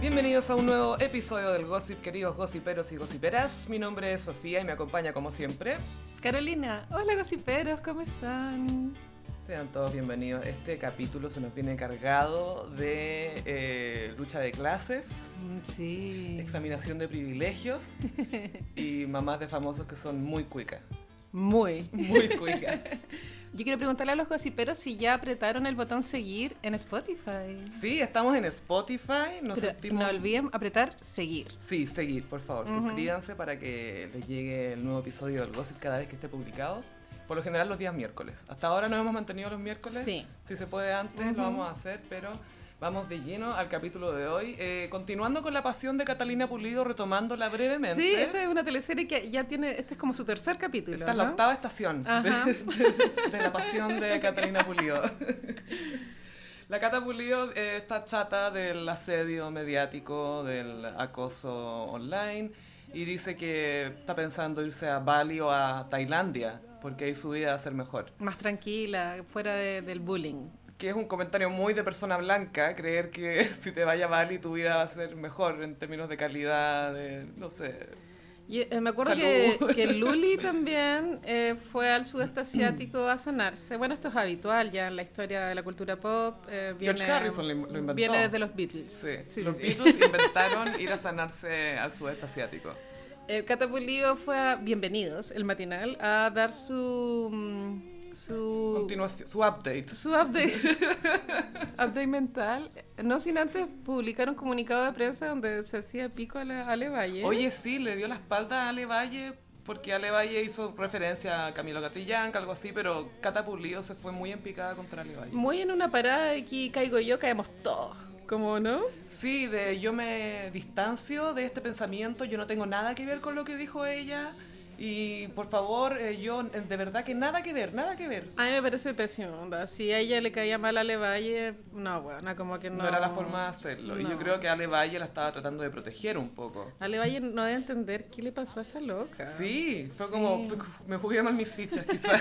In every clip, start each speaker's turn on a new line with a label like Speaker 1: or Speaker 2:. Speaker 1: Bienvenidos a un nuevo episodio del Gossip, queridos gossiperos y gossiperas. Mi nombre es Sofía y me acompaña como siempre.
Speaker 2: Carolina, hola gossiperos, ¿cómo están?
Speaker 1: Sean todos bienvenidos. Este capítulo se nos viene cargado de eh, lucha de clases,
Speaker 2: Mm, Sí.
Speaker 1: examinación de privilegios y mamás de famosos que son muy cuicas.
Speaker 2: Muy.
Speaker 1: Muy cuicas.
Speaker 2: Yo quiero preguntarle a los gossiperos si ya apretaron el botón seguir en Spotify.
Speaker 1: Sí, estamos en Spotify. Nos
Speaker 2: Pero
Speaker 1: sentimos...
Speaker 2: No olviden apretar seguir.
Speaker 1: Sí, seguir, por favor. Suscríbanse para que les llegue el nuevo episodio del Gossip cada vez que esté publicado. Por lo general los días miércoles. Hasta ahora nos hemos mantenido los miércoles.
Speaker 2: Sí.
Speaker 1: Si se puede antes, lo vamos a hacer, pero vamos de lleno al capítulo de hoy. Eh, continuando con la pasión de Catalina Pulido, retomándola brevemente.
Speaker 2: Sí, este esta es una teleserie que ya tiene, este es como su tercer capítulo.
Speaker 1: Esta es la
Speaker 2: ¿no?
Speaker 1: octava estación de,
Speaker 2: Ajá.
Speaker 1: de- de la pasión de Catalina Pulido. La Cata Pulido eh, está chata del asedio mediático, del acoso online y dice que está pensando irse a Bali o a Tailandia porque ahí su vida va a ser mejor.
Speaker 2: Más tranquila, fuera de- del bullying.
Speaker 1: Que es un comentario muy de persona blanca, creer que si te vaya a Bali tu vida va a ser mejor en términos de calidad, de, no sé,
Speaker 2: Y, eh, me acuerdo que,
Speaker 1: Salud.
Speaker 2: que Luli también eh, fue al sudeste asiático a sanarse. Bueno, esto es habitual ya en la historia de la cultura pop. eh, viene,
Speaker 1: George Harrison lo in- lo inventó.
Speaker 2: Viene desde los Beatles.
Speaker 1: Sí,
Speaker 2: Sí,
Speaker 1: los
Speaker 2: sí.
Speaker 1: Beatles inventaron ir a sanarse al sudeste asiático.
Speaker 2: Eh, Cata Pulido fue a Bienvenidos, el matinal, a dar su... mm, su
Speaker 1: Continuación, su update.
Speaker 2: su update, update mental, no sin antes publicar un comunicado de prensa donde se hacía pico a, la, a Ale Valle.
Speaker 1: Oye, sí, le dio la espalda a Ale Valle porque Ale Valle hizo referencia a Camilo Catrillanca, algo así, pero Cata Pulido se fue muy en picada contra Ale Valle.
Speaker 2: Muy en una parada de aquí caigo yo, caemos todos. ¿Cómo no?
Speaker 1: Sí, de yo me distancio de este pensamiento, yo no tengo nada que ver con lo que dijo ella y por favor, eh, yo eh, de verdad que nada que ver, nada que ver.
Speaker 2: A mí me parece pésimo, onda. Si a ella le caía mal a Ale Valle, no, bueno, como que no.
Speaker 1: No, era la forma de hacerlo. Y yo
Speaker 2: No.
Speaker 1: creo que Ale Valle la estaba tratando de proteger un poco.
Speaker 2: Ale Valle no debe entender qué le pasó a esta loca.
Speaker 1: Sí, fue
Speaker 2: Sí.
Speaker 1: como, me jugué mal mis fichas quizás.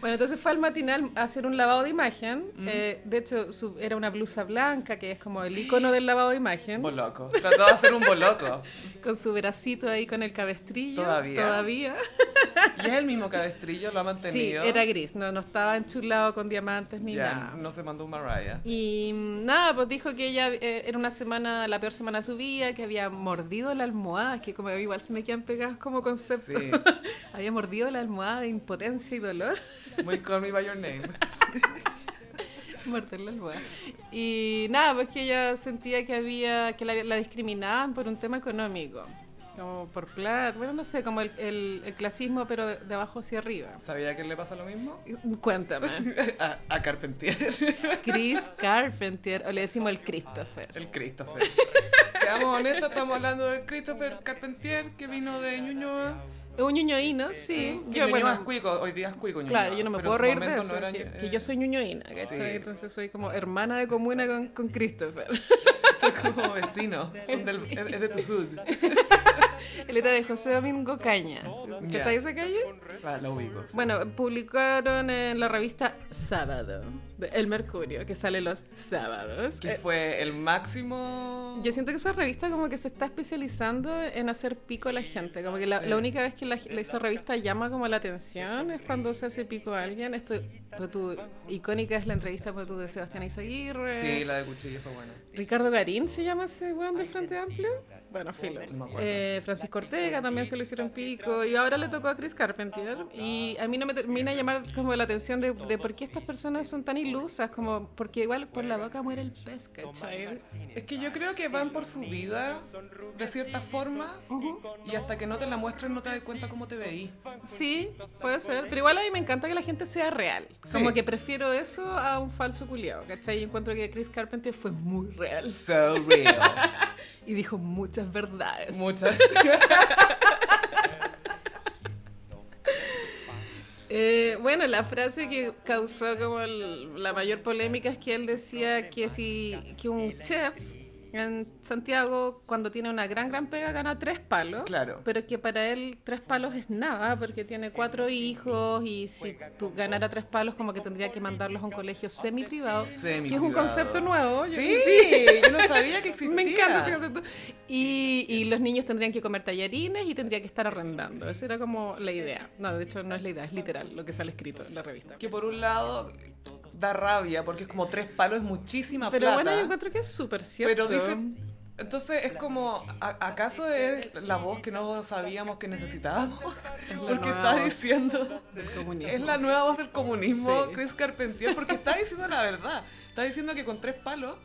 Speaker 2: Bueno, entonces fue al matinal a hacer un lavado de imagen.
Speaker 1: Mm.
Speaker 2: Eh, de hecho, su- era una blusa blanca, que es como el icono del lavado de imagen.
Speaker 1: Boloco. Trató de hacer un boloco.
Speaker 2: Con su bracito ahí con el cabestrillo.
Speaker 1: Todavía.
Speaker 2: Todavía.
Speaker 1: Y es el mismo cabestrillo, lo ha
Speaker 2: Sí,
Speaker 1: mantenido.
Speaker 2: era gris, no, no estaba enchulado con diamantes ni
Speaker 1: Ya,
Speaker 2: nada.
Speaker 1: no se mandó un Mariah.
Speaker 2: Y mm, nada, pues dijo que ella eh, era una semana, la peor semana de su vida, que había mordido la almohada, que como igual se me quedan pegadas como concepto.
Speaker 1: Sí.
Speaker 2: había mordido la almohada de impotencia y dolor.
Speaker 1: Muy Call Me By Your Name.
Speaker 2: Morder la almohada. Y nada, pues que ella sentía que había que la, la discriminaban por un tema económico. Como por plata, bueno, no sé, como el, el- el clasismo, pero de, de abajo hacia arriba.
Speaker 1: ¿Sabía que le pasa lo mismo?
Speaker 2: Cuéntame.
Speaker 1: A, a Carpentier,
Speaker 2: Chris Carpentier, o le decimos el Christopher.
Speaker 1: el Christopher. Seamos honestos, estamos hablando de Christopher Carpentier, que vino de Ñuñoa.
Speaker 2: Es un ñoñoino, sí.
Speaker 1: Que Ñuñoa es cuico, hoy día es cuico Ñuñoa,
Speaker 2: Claro, yo no me
Speaker 1: pero
Speaker 2: puedo
Speaker 1: en su
Speaker 2: reír de
Speaker 1: momento
Speaker 2: eso,
Speaker 1: no era
Speaker 2: que,
Speaker 1: Ñu-
Speaker 2: que yo soy ñuñoína, ¿cachai?
Speaker 1: Sí.
Speaker 2: Entonces soy como hermana de comuna con, con Christopher.
Speaker 1: Son como vecinos, son del- es es de tu hood.
Speaker 2: Él era de José Domingo Cañas. ¿Qué
Speaker 1: Ya.
Speaker 2: está esa calle?
Speaker 1: Ah, lo ubico. sí.
Speaker 2: Bueno, publicaron en la revista Sábado, de El Mercurio, que sale los sábados.
Speaker 1: Que
Speaker 2: Eh,
Speaker 1: fue el máximo...
Speaker 2: Yo siento que esa revista como que se está especializando en hacer pico a la gente. Como que la,
Speaker 1: Sí.
Speaker 2: la única vez que la, la- esa revista llama como la atención es cuando se hace pico a alguien. Esto, pues, tu- icónica es la entrevista pues, tu, de Sebastián Izaguirre.
Speaker 1: Sí, la de Cuchillo fue buena.
Speaker 2: Ricardo Garín se llama ese weón del Frente Amplio. Bueno, filo.
Speaker 1: No me acuerdo.
Speaker 2: Eh, Francisco Ortega también se lo hicieron pico. Y ahora le tocó a Chris Carpentier. Y a mí no me termina de llamar como la atención de, de por qué estas personas son tan ilusas. Como porque igual por la boca muere el pez, ¿cachai?
Speaker 1: Es que yo creo que van por su vida de cierta forma y hasta que no te la muestren no te das cuenta cómo te veí.
Speaker 2: Sí, puede ser. Pero igual a mí me encanta que la gente sea real.
Speaker 1: Sí.
Speaker 2: Como que prefiero eso a un falso culiao, ¿cachai? Y encuentro que Chris Carpentier fue muy real.
Speaker 1: So real.
Speaker 2: Y dijo muchas verdades.
Speaker 1: Muchas.
Speaker 2: Eh, bueno, la frase que causó como el- la mayor polémica es que él decía que si que un chef en Santiago cuando tiene una gran gran pega gana tres palos,
Speaker 1: Claro.
Speaker 2: pero que para él tres palos es nada porque tiene cuatro hijos y si tú ganara tres palos como que tendría que mandarlos a un colegio semi privado, que es un
Speaker 1: Semi-privado.
Speaker 2: concepto nuevo. yo-
Speaker 1: Sí, yo no sabía que existía.
Speaker 2: Me encanta ese concepto. Y, y los niños tendrían que comer tallarines y tendría que estar arrendando. Esa era como la idea. No, de hecho no es la idea, es literal lo que sale escrito en la revista.
Speaker 1: Que por un lado da rabia porque es como tres palos, es muchísima
Speaker 2: Pero
Speaker 1: plata.
Speaker 2: bueno, yo encuentro que es súper cierto.
Speaker 1: Pero dice. Entonces es como, ¿a- ¿acaso es la voz que no sabíamos que necesitábamos?
Speaker 2: la
Speaker 1: Porque
Speaker 2: nueva
Speaker 1: está
Speaker 2: voz.
Speaker 1: diciendo,
Speaker 2: El comunismo.
Speaker 1: es la nueva voz del comunismo,
Speaker 2: Sí.
Speaker 1: Chris Carpentier, porque está diciendo la verdad. Está diciendo que con tres palos,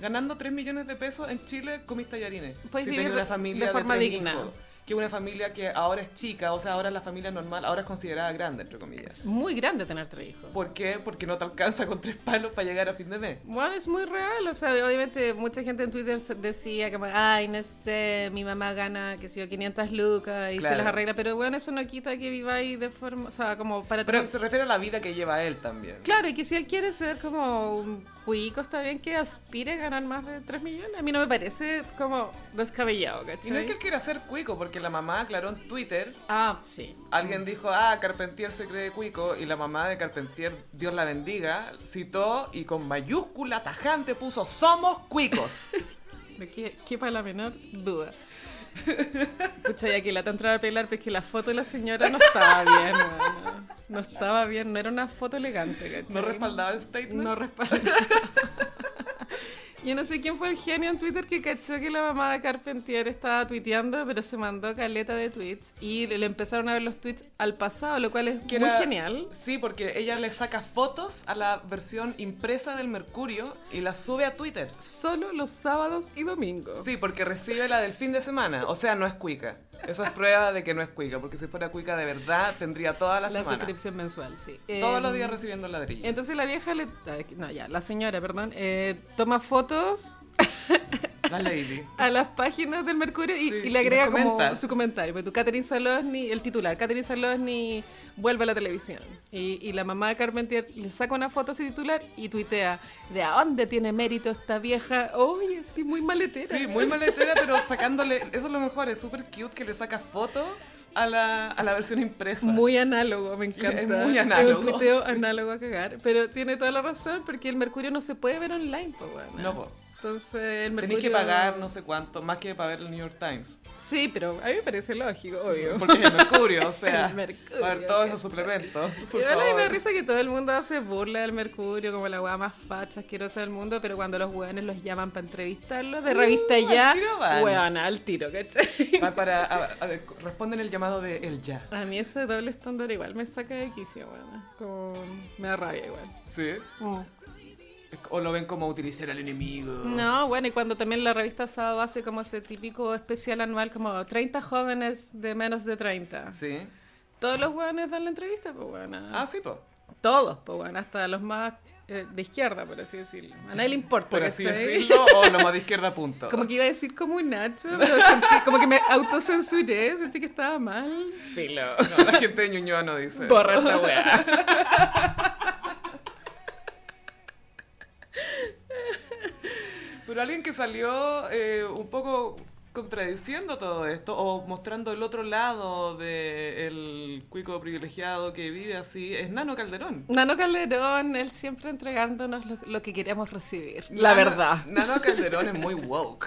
Speaker 1: ganando tres millones de pesos en Chile, comís tallarines.
Speaker 2: Puedes
Speaker 1: si
Speaker 2: vivir
Speaker 1: tenés una
Speaker 2: de-
Speaker 1: familia
Speaker 2: de
Speaker 1: de,
Speaker 2: forma
Speaker 1: tres
Speaker 2: digna.
Speaker 1: hijos, que una familia que ahora es chica, o sea, ahora es la familia normal, ahora es considerada grande, entre comillas.
Speaker 2: Es muy grande tener tres hijos.
Speaker 1: ¿Por qué? Porque no te alcanza con tres palos para llegar a fin de mes.
Speaker 2: Bueno, es muy real, o sea, obviamente mucha gente en Twitter se- decía como, ay, no sé, mi mamá gana, qué sé yo, 500 lucas y
Speaker 1: Claro.
Speaker 2: se las arregla, pero bueno, eso no quita que viváis de forma, o sea, como para...
Speaker 1: Pero
Speaker 2: tu-
Speaker 1: se refiere a la vida que lleva él también.
Speaker 2: Claro, y que si él quiere ser como un cuico, está bien que aspire a ganar más de 3 millones, a mí no me parece como descabellado, ¿cachai?
Speaker 1: Y no es que él quiera ser cuico, porque la mamá aclaró en Twitter,
Speaker 2: Ah, sí.
Speaker 1: alguien dijo, ah, Carpentier se cree cuico, y la mamá de Carpentier, Dios la bendiga, citó y con mayúscula tajante puso, somos cuicos.
Speaker 2: Me que- quepa la menor duda. Pucha, ya que la te entraba a pelar, pues que la foto de la señora no estaba bien, weona. No estaba bien, no era una foto elegante, ¿cachai?
Speaker 1: No respaldaba el statement.
Speaker 2: No respaldaba. Yo no sé quién fue el genio en Twitter que cachó que la mamá de Carpentier estaba tuiteando, pero se mandó caleta de tweets y le le empezaron a ver los tweets al pasado, lo cual es
Speaker 1: Que
Speaker 2: muy
Speaker 1: era-
Speaker 2: genial.
Speaker 1: Sí, porque ella le saca fotos a la versión impresa del Mercurio y la sube a Twitter.
Speaker 2: Solo los sábados y domingos.
Speaker 1: Sí, porque recibe la del fin de semana, o sea, no es cuica. Eso es prueba de que no es cuica, porque si fuera cuica de verdad tendría toda la,
Speaker 2: la
Speaker 1: semana.
Speaker 2: suscripción mensual, sí.
Speaker 1: Todos los
Speaker 2: Em,
Speaker 1: días recibiendo ladrillo.
Speaker 2: Entonces la vieja le. No, ya, la señora, perdón. eh, toma fotos
Speaker 1: La lady.
Speaker 2: a las páginas del Mercurio y,
Speaker 1: Sí,
Speaker 2: y
Speaker 1: y
Speaker 2: le agrega
Speaker 1: nos
Speaker 2: como
Speaker 1: comenta.
Speaker 2: su comentario. Porque tú, Catherine Salosny, el titular, Catherine Salosny vuelve a la televisión. Y, y la mamá de Carpentier le saca una foto a ese titular y tuitea: ¿de a dónde tiene mérito esta vieja? Oye, sí, muy maletera. ¿eh?
Speaker 1: Sí, muy maletera, pero sacándole. Eso es lo mejor, es súper cute que le saca foto a la, a la versión impresa.
Speaker 2: Muy análogo, me encanta.
Speaker 1: Es muy análogo,
Speaker 2: un tuiteo análogo a cagar. Pero tiene toda la razón porque el Mercurio no se puede ver online, pues, weona.
Speaker 1: No, po.
Speaker 2: Entonces, el Mercurio.
Speaker 1: Tenéis que pagar no sé cuánto, más que para ver el New York Times.
Speaker 2: Sí, pero a mí me parece lógico, obvio.
Speaker 1: Porque es el Mercurio, o sea.
Speaker 2: El Mercurio.
Speaker 1: Para ver todos esos suplementos. por
Speaker 2: Igual a mí me da
Speaker 1: favor.
Speaker 2: risa que todo el mundo hace burla del Mercurio como la weá más facha, asquerosa del mundo, pero cuando los weones los llaman para entrevistarlos de revista
Speaker 1: al
Speaker 2: ya,
Speaker 1: tiro van.
Speaker 2: weón, al tiro, ¿cachai?
Speaker 1: Pa- para, a- a- responden el llamado de el ya.
Speaker 2: A mí ese doble estándar igual me saca de quicio, weón. Como me da rabia igual.
Speaker 1: Sí. O lo ven como utilizar al enemigo.
Speaker 2: No, bueno, y cuando también la revista Sábado hace como ese típico especial anual, como 30 jóvenes de menos de 30.
Speaker 1: Sí.
Speaker 2: Todos los weones dan la entrevista, pues weón.
Speaker 1: Ah, sí, po.
Speaker 2: Todos, pues bueno, hasta los más eh, de izquierda, por así decirlo. A nadie le importa,
Speaker 1: Por así
Speaker 2: ¿cachai?
Speaker 1: decirlo, o lo más de izquierda punto.
Speaker 2: Como que iba a decir como un Nacho, pero sentí- como que me autocensuré, sentí que estaba mal. Filo.
Speaker 1: No, la gente de Ñuñoa no dice. eso.
Speaker 2: Borra esta weá.
Speaker 1: Pero alguien que salió eh, un poco contradiciendo todo esto o mostrando el otro lado del cuico privilegiado que vive así es Nano Calderón.
Speaker 2: Nano Calderón, él siempre entregándonos lo, lo que queríamos recibir. La
Speaker 1: Nano-
Speaker 2: verdad.
Speaker 1: Nano Calderón es muy woke.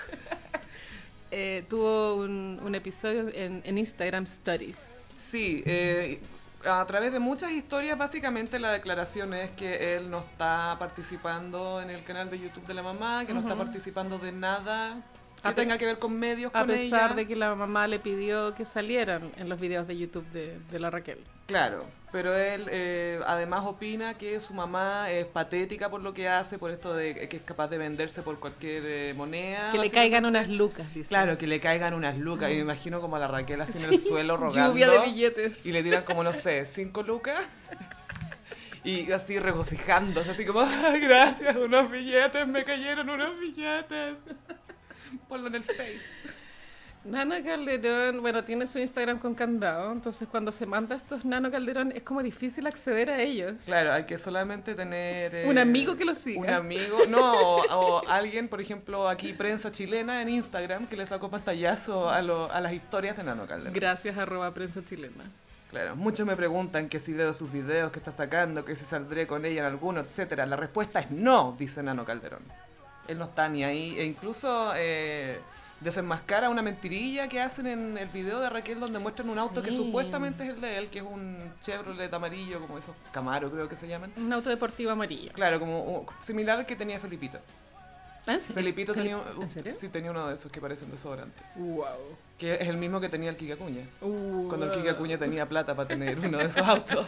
Speaker 2: Eh, tuvo un, un episodio en, en Instagram Stories.
Speaker 1: Sí, eh, a través de muchas historias básicamente la declaración es que él no está participando en el canal de YouTube de la mamá, que no está participando de nada que
Speaker 2: A pe-
Speaker 1: tenga que ver con medios,
Speaker 2: A
Speaker 1: con
Speaker 2: pesar
Speaker 1: ella.
Speaker 2: de que la mamá le pidió que salieran en los videos de YouTube de, de la Raquel.
Speaker 1: Claro, pero él eh, además opina que su mamá es patética por lo que hace, por esto de que es capaz de venderse por cualquier eh, moneda.
Speaker 2: Que le
Speaker 1: básicamente.
Speaker 2: caigan unas lucas, dice.
Speaker 1: Claro, que le caigan unas lucas. Y me imagino como a la Raquel así en el suelo rogando.
Speaker 2: Lluvia de billetes.
Speaker 1: Y le tiran como, no sé, cinco lucas. Y así regocijándose, así como, "Ah, gracias, unos billetes, me cayeron unos billetes. Ponlo en el Face.
Speaker 2: Nano Calderón, bueno, tiene su Instagram con candado, entonces cuando se manda estos Nano Calderón es como difícil acceder a ellos.
Speaker 1: Claro, hay que solamente tener... eh,
Speaker 2: Un amigo que lo siga.
Speaker 1: Un amigo, no, o, o alguien, por ejemplo, aquí prensa chilena en Instagram que le sacó pantallazo a, lo- a las historias de Nano Calderón.
Speaker 2: Gracias, arroba prensa chilena.
Speaker 1: Claro, muchos me preguntan que si veo sus videos que está sacando, que si saldré con ella en alguno, etcétera. La respuesta es no, dice Nano Calderón. él no está ni ahí. E incluso eh, desenmascara una mentirilla que hacen en el video de Raquel donde muestran un auto que
Speaker 2: Sí.
Speaker 1: supuestamente es el de él, que es un Chevrolet amarillo, como esos Camaro creo que se llaman.
Speaker 2: Un auto deportivo amarillo.
Speaker 1: Claro, como uh, similar al que tenía Felipito.
Speaker 2: Ah, ¿en serio?
Speaker 1: Felipito
Speaker 2: Feli-
Speaker 1: tenía, un-
Speaker 2: ¿En serio?
Speaker 1: sí, tenía uno de esos que parece un desodorante.
Speaker 2: Wow.
Speaker 1: Que es el mismo que tenía el Kike Acuña. Cuando el Kike Acuña tenía plata para tener uno de esos autos.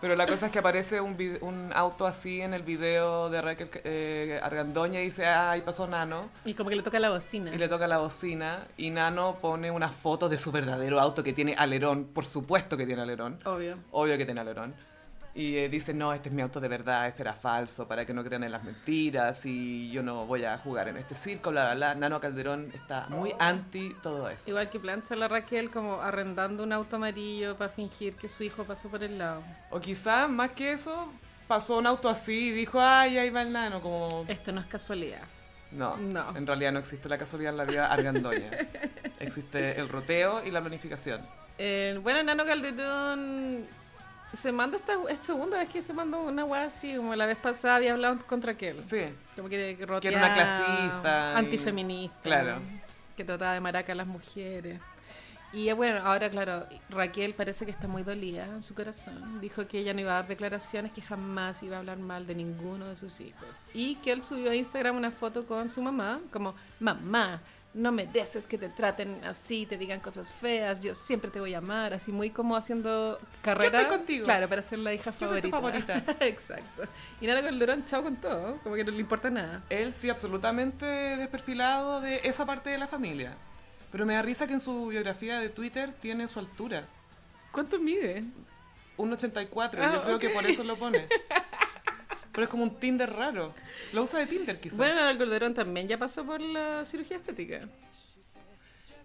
Speaker 1: Pero la cosa es que aparece un, vid- un auto así en el video de Raquel eh, Argandoña y dice, ay, pasó Nano.
Speaker 2: Y como que le toca la bocina.
Speaker 1: Y le toca la bocina y Nano pone una foto de su verdadero auto que tiene alerón. Por supuesto que tiene alerón.
Speaker 2: Obvio.
Speaker 1: Obvio que tiene alerón. Y eh, dice, no, este es mi auto de verdad, ese era falso, para que no crean en las mentiras y yo no voy a jugar en este circo, bla, bla, bla. Nano Calderón está muy anti todo eso.
Speaker 2: Igual que plancha la Raquel como arrendando un auto amarillo para fingir que su hijo pasó por el lado.
Speaker 1: O quizás, más que eso, pasó un auto así y dijo, ay, ahí va el Nano, como...
Speaker 2: Esto no es casualidad.
Speaker 1: No,
Speaker 2: No.
Speaker 1: en realidad no existe la casualidad en la vida argandoña. existe el roteo y la planificación.
Speaker 2: El bueno Nano Calderón se manda esta es segunda vez que se manda una weá así, como la vez pasada había hablado contra Kel.
Speaker 1: Sí,
Speaker 2: Como que roteaba,
Speaker 1: Que era una clasista y-
Speaker 2: Antifeminista.
Speaker 1: Claro.
Speaker 2: Que trataba de maraca a las mujeres. Y eh, bueno, ahora claro, Raquel parece que está muy dolida en su corazón. Dijo que ella no iba a dar declaraciones, que jamás iba a hablar mal de ninguno de sus hijos. Y que él subió a Instagram una foto con su mamá, como, mamá, no mereces que te traten así, te digan cosas feas, yo siempre te voy a amar, así muy como haciendo carrera.
Speaker 1: estoy contigo.
Speaker 2: Claro, para ser la hija
Speaker 1: Yo soy tu
Speaker 2: Exacto. Y nada, con Durán, chao con todo. Como que no le importa nada.
Speaker 1: Él sí, absolutamente desperfilado de esa parte de la familia. Pero me da risa que en su biografía de Twitter tiene su altura.
Speaker 2: ¿Cuánto mide?
Speaker 1: 1,84.
Speaker 2: Ah,
Speaker 1: Yo creo que
Speaker 2: ok.
Speaker 1: por eso lo pone. Pero es como un Tinder raro. Lo usa de Tinder, quizás.
Speaker 2: Bueno, Nara Calderón también ya pasó por la cirugía estética.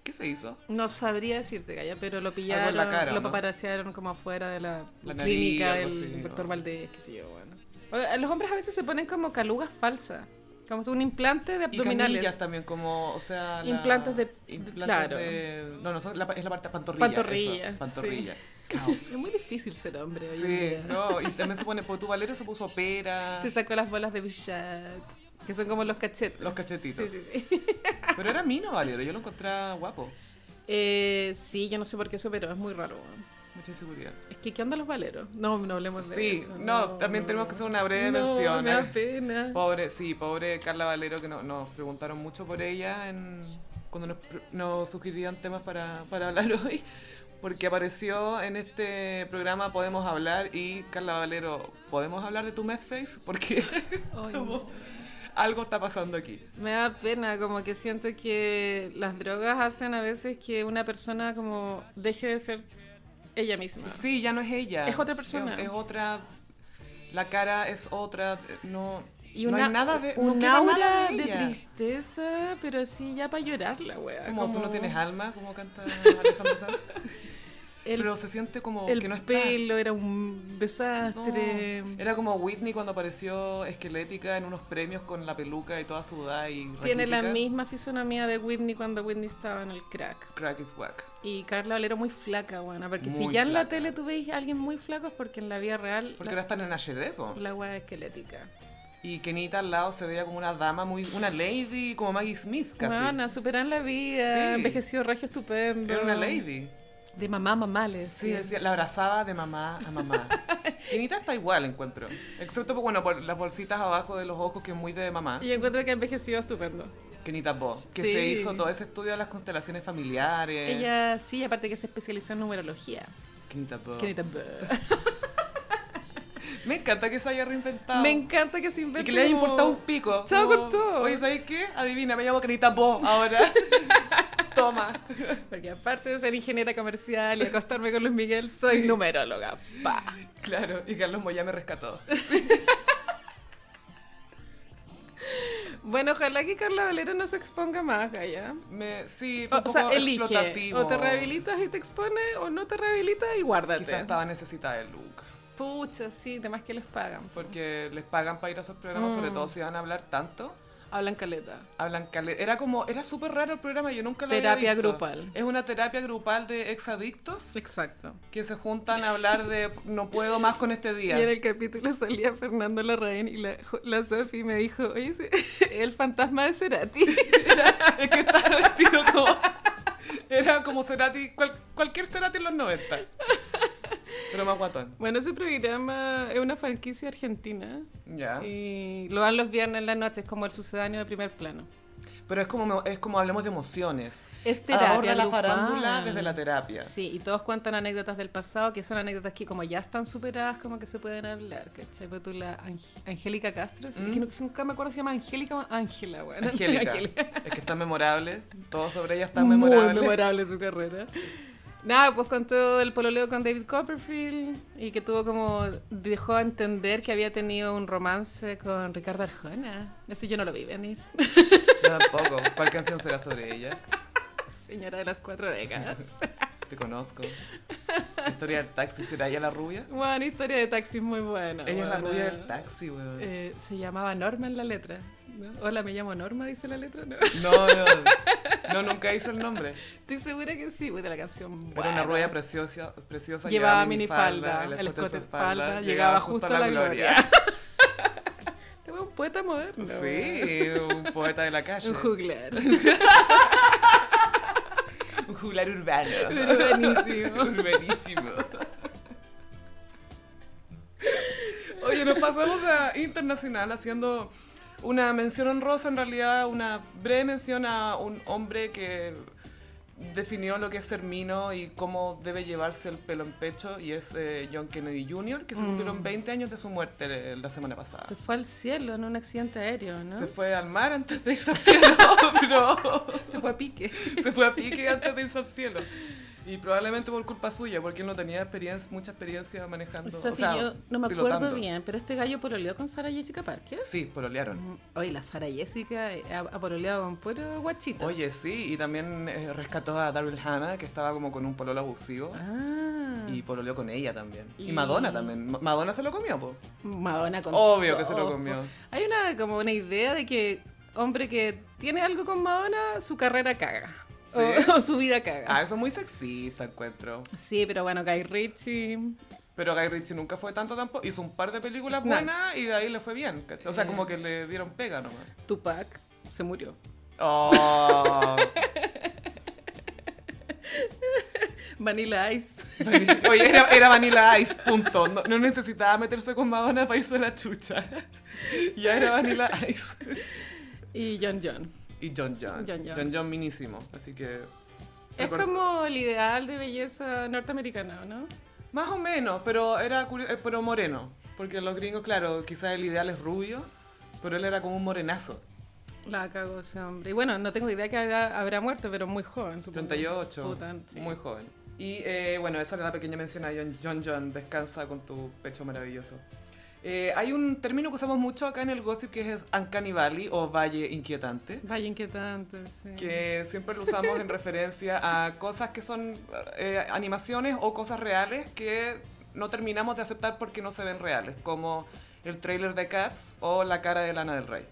Speaker 1: ¿Qué se hizo?
Speaker 2: No sabría decirte, Gaya, pero lo pillaron,
Speaker 1: Algo en la cara,
Speaker 2: lo
Speaker 1: ¿no?
Speaker 2: paparacearon como afuera de la,
Speaker 1: La nariz,
Speaker 2: clínica
Speaker 1: algo
Speaker 2: del
Speaker 1: así,
Speaker 2: doctor
Speaker 1: ¿no?
Speaker 2: Valdés, qué sé yo, bueno. O- Los hombres a veces se ponen como calugas falsas, como un implante de
Speaker 1: Y
Speaker 2: abdominales.
Speaker 1: camillas también, como, o sea... la-
Speaker 2: Implantes de-
Speaker 1: implantes
Speaker 2: claro.
Speaker 1: de- no, no, son- la pa- es la parte pantorrilla. eso,
Speaker 2: Pantorrilla,
Speaker 1: pantorrilla.
Speaker 2: Es muy difícil ser hombre hoy en
Speaker 1: Sí,
Speaker 2: día.
Speaker 1: no, y también se pone... Porque tu Valerio se puso pera,
Speaker 2: Se sacó las bolas de Bichat, que son como los cachetes.
Speaker 1: los cachetitos.
Speaker 2: Sí, sí, sí.
Speaker 1: Pero era mino Valerio, yo lo encontré guapo.
Speaker 2: Eh, sí, yo no sé por qué eso, pero es muy raro. weón.
Speaker 1: Mucha inseguridad.
Speaker 2: Es que, ¿qué onda los valeros? No, no hablemos de
Speaker 1: Sí,
Speaker 2: eso.
Speaker 1: no, también tenemos que hacer una breve ¿eh? Oh.
Speaker 2: no,
Speaker 1: mención.
Speaker 2: Me da pena.
Speaker 1: Pobre, sí, pobre Carla Valero, que no- nos preguntaron mucho por ella en, cuando nos, pr- nos sugerían temas para, para hablar hoy, porque apareció en este programa Podemos Hablar y Carla Valero, ¿podemos hablar de tu MedFace? Porque
Speaker 2: Ay,
Speaker 1: como-
Speaker 2: no.
Speaker 1: algo está pasando aquí.
Speaker 2: Me da pena, como que siento que las drogas hacen a veces que una persona como deje de ser ella misma.
Speaker 1: Sí, ya no es ella.
Speaker 2: Es otra persona.
Speaker 1: Es, es otra, la cara es otra, no,
Speaker 2: Y
Speaker 1: no
Speaker 2: una,
Speaker 1: hay nada de... no
Speaker 2: un
Speaker 1: queda
Speaker 2: aura
Speaker 1: nada
Speaker 2: de,
Speaker 1: ella.
Speaker 2: tristeza, pero sí ya para llorar la wea.
Speaker 1: Como, tú no tienes alma, como canta Alejandro Sanz.
Speaker 2: el,
Speaker 1: pero se siente como
Speaker 2: el
Speaker 1: que no está.
Speaker 2: pelo era un
Speaker 1: No.
Speaker 2: desastre.
Speaker 1: Era como Whitney cuando apareció esquelética en unos premios con la peluca y toda sudada y
Speaker 2: Tiene la
Speaker 1: raquítica.
Speaker 2: misma fisonomía de Whitney cuando Whitney estaba en el crack.
Speaker 1: Crack is whack.
Speaker 2: Y Carla Valero muy flaca, buena, porque si
Speaker 1: Muy
Speaker 2: ya en la
Speaker 1: flaca.
Speaker 2: tele tú veis a alguien muy flaco es porque en la vida real
Speaker 1: Porque ahora
Speaker 2: la,
Speaker 1: están en HD, po.
Speaker 2: la weá es esquelética.
Speaker 1: Y Kenita al lado se veía como una dama muy... Una lady, como Maggie Smith casi.
Speaker 2: Buena, superan la vida,
Speaker 1: Sí.
Speaker 2: envejeció regio estupendo.
Speaker 1: Era una lady.
Speaker 2: De mamá, mamá, le
Speaker 1: Sí,
Speaker 2: decía.
Speaker 1: decía- la abrazaba de mamá a mamá. Kenita está igual, encuentro. Excepto, por, bueno, por las bolsitas abajo de los ojos, que es muy de mamá.
Speaker 2: Y yo encuentro que envejeció estupendo.
Speaker 1: Kenita Bo, que
Speaker 2: Sí.
Speaker 1: se hizo todo ese estudio de las constelaciones familiares.
Speaker 2: Ella sí, aparte que se especializó en numerología.
Speaker 1: Kenita Bo.
Speaker 2: Que ni tan-
Speaker 1: Me encanta que se haya reinventado.
Speaker 2: Me encanta que se invente.
Speaker 1: Y que le haya
Speaker 2: como-
Speaker 1: importado un pico.
Speaker 2: Chao
Speaker 1: Como,
Speaker 2: con todo.
Speaker 1: Oye, ¿sabes qué? Adivina, me llamo Canita Bo ahora. Toma.
Speaker 2: Porque aparte de ser ingeniera comercial y acostarme con Luis Miguel, soy numeróloga. Pa.
Speaker 1: Claro, y Carlos Moya me rescató.
Speaker 2: Bueno, ojalá que Carla Valero no se exponga más, Gaya.
Speaker 1: Me, sí, fue un
Speaker 2: O, o
Speaker 1: poco
Speaker 2: sea, elige.
Speaker 1: explotativo.
Speaker 2: O te rehabilitas y te expones, o no te rehabilitas y guárdate.
Speaker 1: Quizás estaba necesitada de look.
Speaker 2: Pucha, sí, temas que les pagan. Mm.
Speaker 1: Porque les pagan para ir a esos programas, sobre todo si van a hablar tanto.
Speaker 2: Hablan caleta.
Speaker 1: Hablan caleta. Era como, era súper raro el programa, yo nunca lo
Speaker 2: Terapia
Speaker 1: había visto.
Speaker 2: grupal.
Speaker 1: Es una terapia grupal de exadictos
Speaker 2: Exacto.
Speaker 1: que se juntan a hablar de no puedo más con este día.
Speaker 2: Y en el capítulo salía Fernando Larraín y la, la Sofi me dijo, oye, ese- el fantasma de Cerati.
Speaker 1: Es que estaba vestido como. Era como Cerati, cual- cualquier Cerati en los 90. Pero más guatón.
Speaker 2: bueno, ese programa es una franquicia argentina
Speaker 1: Ya.
Speaker 2: y lo dan los viernes en la noche, es como el sucedáneo de primer plano.
Speaker 1: Pero es como, es como hablemos de emociones.
Speaker 2: Es terapia
Speaker 1: Aborda la
Speaker 2: grupal.
Speaker 1: farándula desde la terapia.
Speaker 2: Sí, y todos cuentan anécdotas del pasado, que son anécdotas que como ya están superadas, como que se pueden hablar, ¿cachai? Pero tú la Ang- Angélica Castro, sí,
Speaker 1: Mm.
Speaker 2: que no- nunca me acuerdo si se llama Angélica o Ángela, bueno.
Speaker 1: Angélica. Es que está memorable. Todo sobre ella está
Speaker 2: Muy
Speaker 1: memorable.
Speaker 2: memorable su carrera. Nada, pues contó el pololeo con David Copperfield y que tuvo como, dejó a entender que había tenido un romance con Ricardo Arjona. Eso yo no lo vi venir,
Speaker 1: Yo Tampoco. ¿Cuál canción será sobre ella?
Speaker 2: señora de las cuatro décadas.
Speaker 1: Te conozco. La historia del taxi. ¿Será ella la rubia?
Speaker 2: Bueno, historia de taxi muy buena.
Speaker 1: ella es la
Speaker 2: buena.
Speaker 1: rubia del taxi, weón.
Speaker 2: Eh, se llamaba Norma en la letra. ¿no? Hola, me llamo Norma, dice la letra. ¿no?
Speaker 1: No, no. No, nunca hizo el nombre.
Speaker 2: Estoy segura que sí, pues, de la canción.
Speaker 1: Era
Speaker 2: buena.
Speaker 1: una rueda preciosa, preciosa.
Speaker 2: Llevaba minifalda, el escote en espalda, llegaba justo a la Este weón es un poeta moderno. ¿eh?
Speaker 1: Sí, un poeta de la calle.
Speaker 2: Un juglar.
Speaker 1: Un juglar urbano.
Speaker 2: Urbanísimo.
Speaker 1: Urbanísimo. Oye, nos pasamos a internacional haciendo una mención honrosa, en realidad una breve mención a un hombre que definió lo que es ser mino y cómo debe llevarse el pelo en pecho y es eh, John Kennedy Jr., que se cumplieron 20 años de su muerte eh, la semana pasada.
Speaker 2: Mm. Se fue al cielo en un accidente aéreo, ¿no?
Speaker 1: Se fue al mar antes de irse al cielo, pero
Speaker 2: Se fue a pique.
Speaker 1: se fue a pique antes de irse al cielo. Y probablemente por culpa suya, porque él no tenía experiencia, mucha experiencia manejando.
Speaker 2: Sofi,
Speaker 1: o sea,
Speaker 2: yo no me acuerdo
Speaker 1: pilotando.
Speaker 2: bien, pero este gallo pololeó con Sara Jessica Parker.
Speaker 1: Sí, pues pololearon.
Speaker 2: Mm, Oye, la Sara Jessica eh, ha, ha pololeado con puro guachito.
Speaker 1: Oye, sí, y también eh, rescató a Daryl Hannah, que estaba como con un pololo abusivo.
Speaker 2: Ah.
Speaker 1: Y pololeó con ella también. Y,
Speaker 2: Y-
Speaker 1: Madonna también. Ma- Madonna se lo comió, po.
Speaker 2: Madonna con
Speaker 1: Obvio que se lo
Speaker 2: todo.
Speaker 1: comió.
Speaker 2: Hay una como una idea de que hombre que tiene algo con Madonna, su carrera caga.
Speaker 1: Sí.
Speaker 2: O, o su vida caga.
Speaker 1: Ah, eso es muy sexista, encuentro.
Speaker 2: Sí, pero bueno, Guy Ritchie.
Speaker 1: Pero Guy Ritchie nunca fue tanto tampoco. Hizo un par de películas
Speaker 2: Snatch.
Speaker 1: buenas y de ahí le fue bien. ¿cachai? O sea,
Speaker 2: Eh.
Speaker 1: como que le dieron pega nomás.
Speaker 2: Tupac se murió.
Speaker 1: Oh.
Speaker 2: Vanilla Ice.
Speaker 1: Vanilla- Oye, era, era Vanilla Ice, punto. No, no necesitaba meterse con Madonna para irse a la chucha. Ya era Vanilla Ice.
Speaker 2: Y John John.
Speaker 1: Y John John.
Speaker 2: John John.
Speaker 1: John John minísimo. Así que.
Speaker 2: Es
Speaker 1: recuerdo-
Speaker 2: como el ideal de belleza norteamericana, ¿o ¿no?
Speaker 1: Más o menos, pero era curio- eh, pero moreno. Porque los gringos, claro, quizás el ideal es rubio, pero él era como un morenazo.
Speaker 2: La cagó ese hombre. Y bueno, no tengo idea que habrá, habrá muerto, pero muy joven, supongo.
Speaker 1: 38.
Speaker 2: Puta, sí.
Speaker 1: Muy joven. Y eh, bueno, esa era la pequeña mención a John John. John, descansa con tu pecho maravilloso. Eh, hay un término que usamos mucho acá en el gossip que es Uncanny Valley o Valle Inquietante.
Speaker 2: Vaya inquietante, sí.
Speaker 1: que siempre lo usamos en referencia a cosas que son eh, animaciones o cosas reales que no terminamos de aceptar porque no se ven reales, como el tráiler de Cats o la cara de Lana del Rey.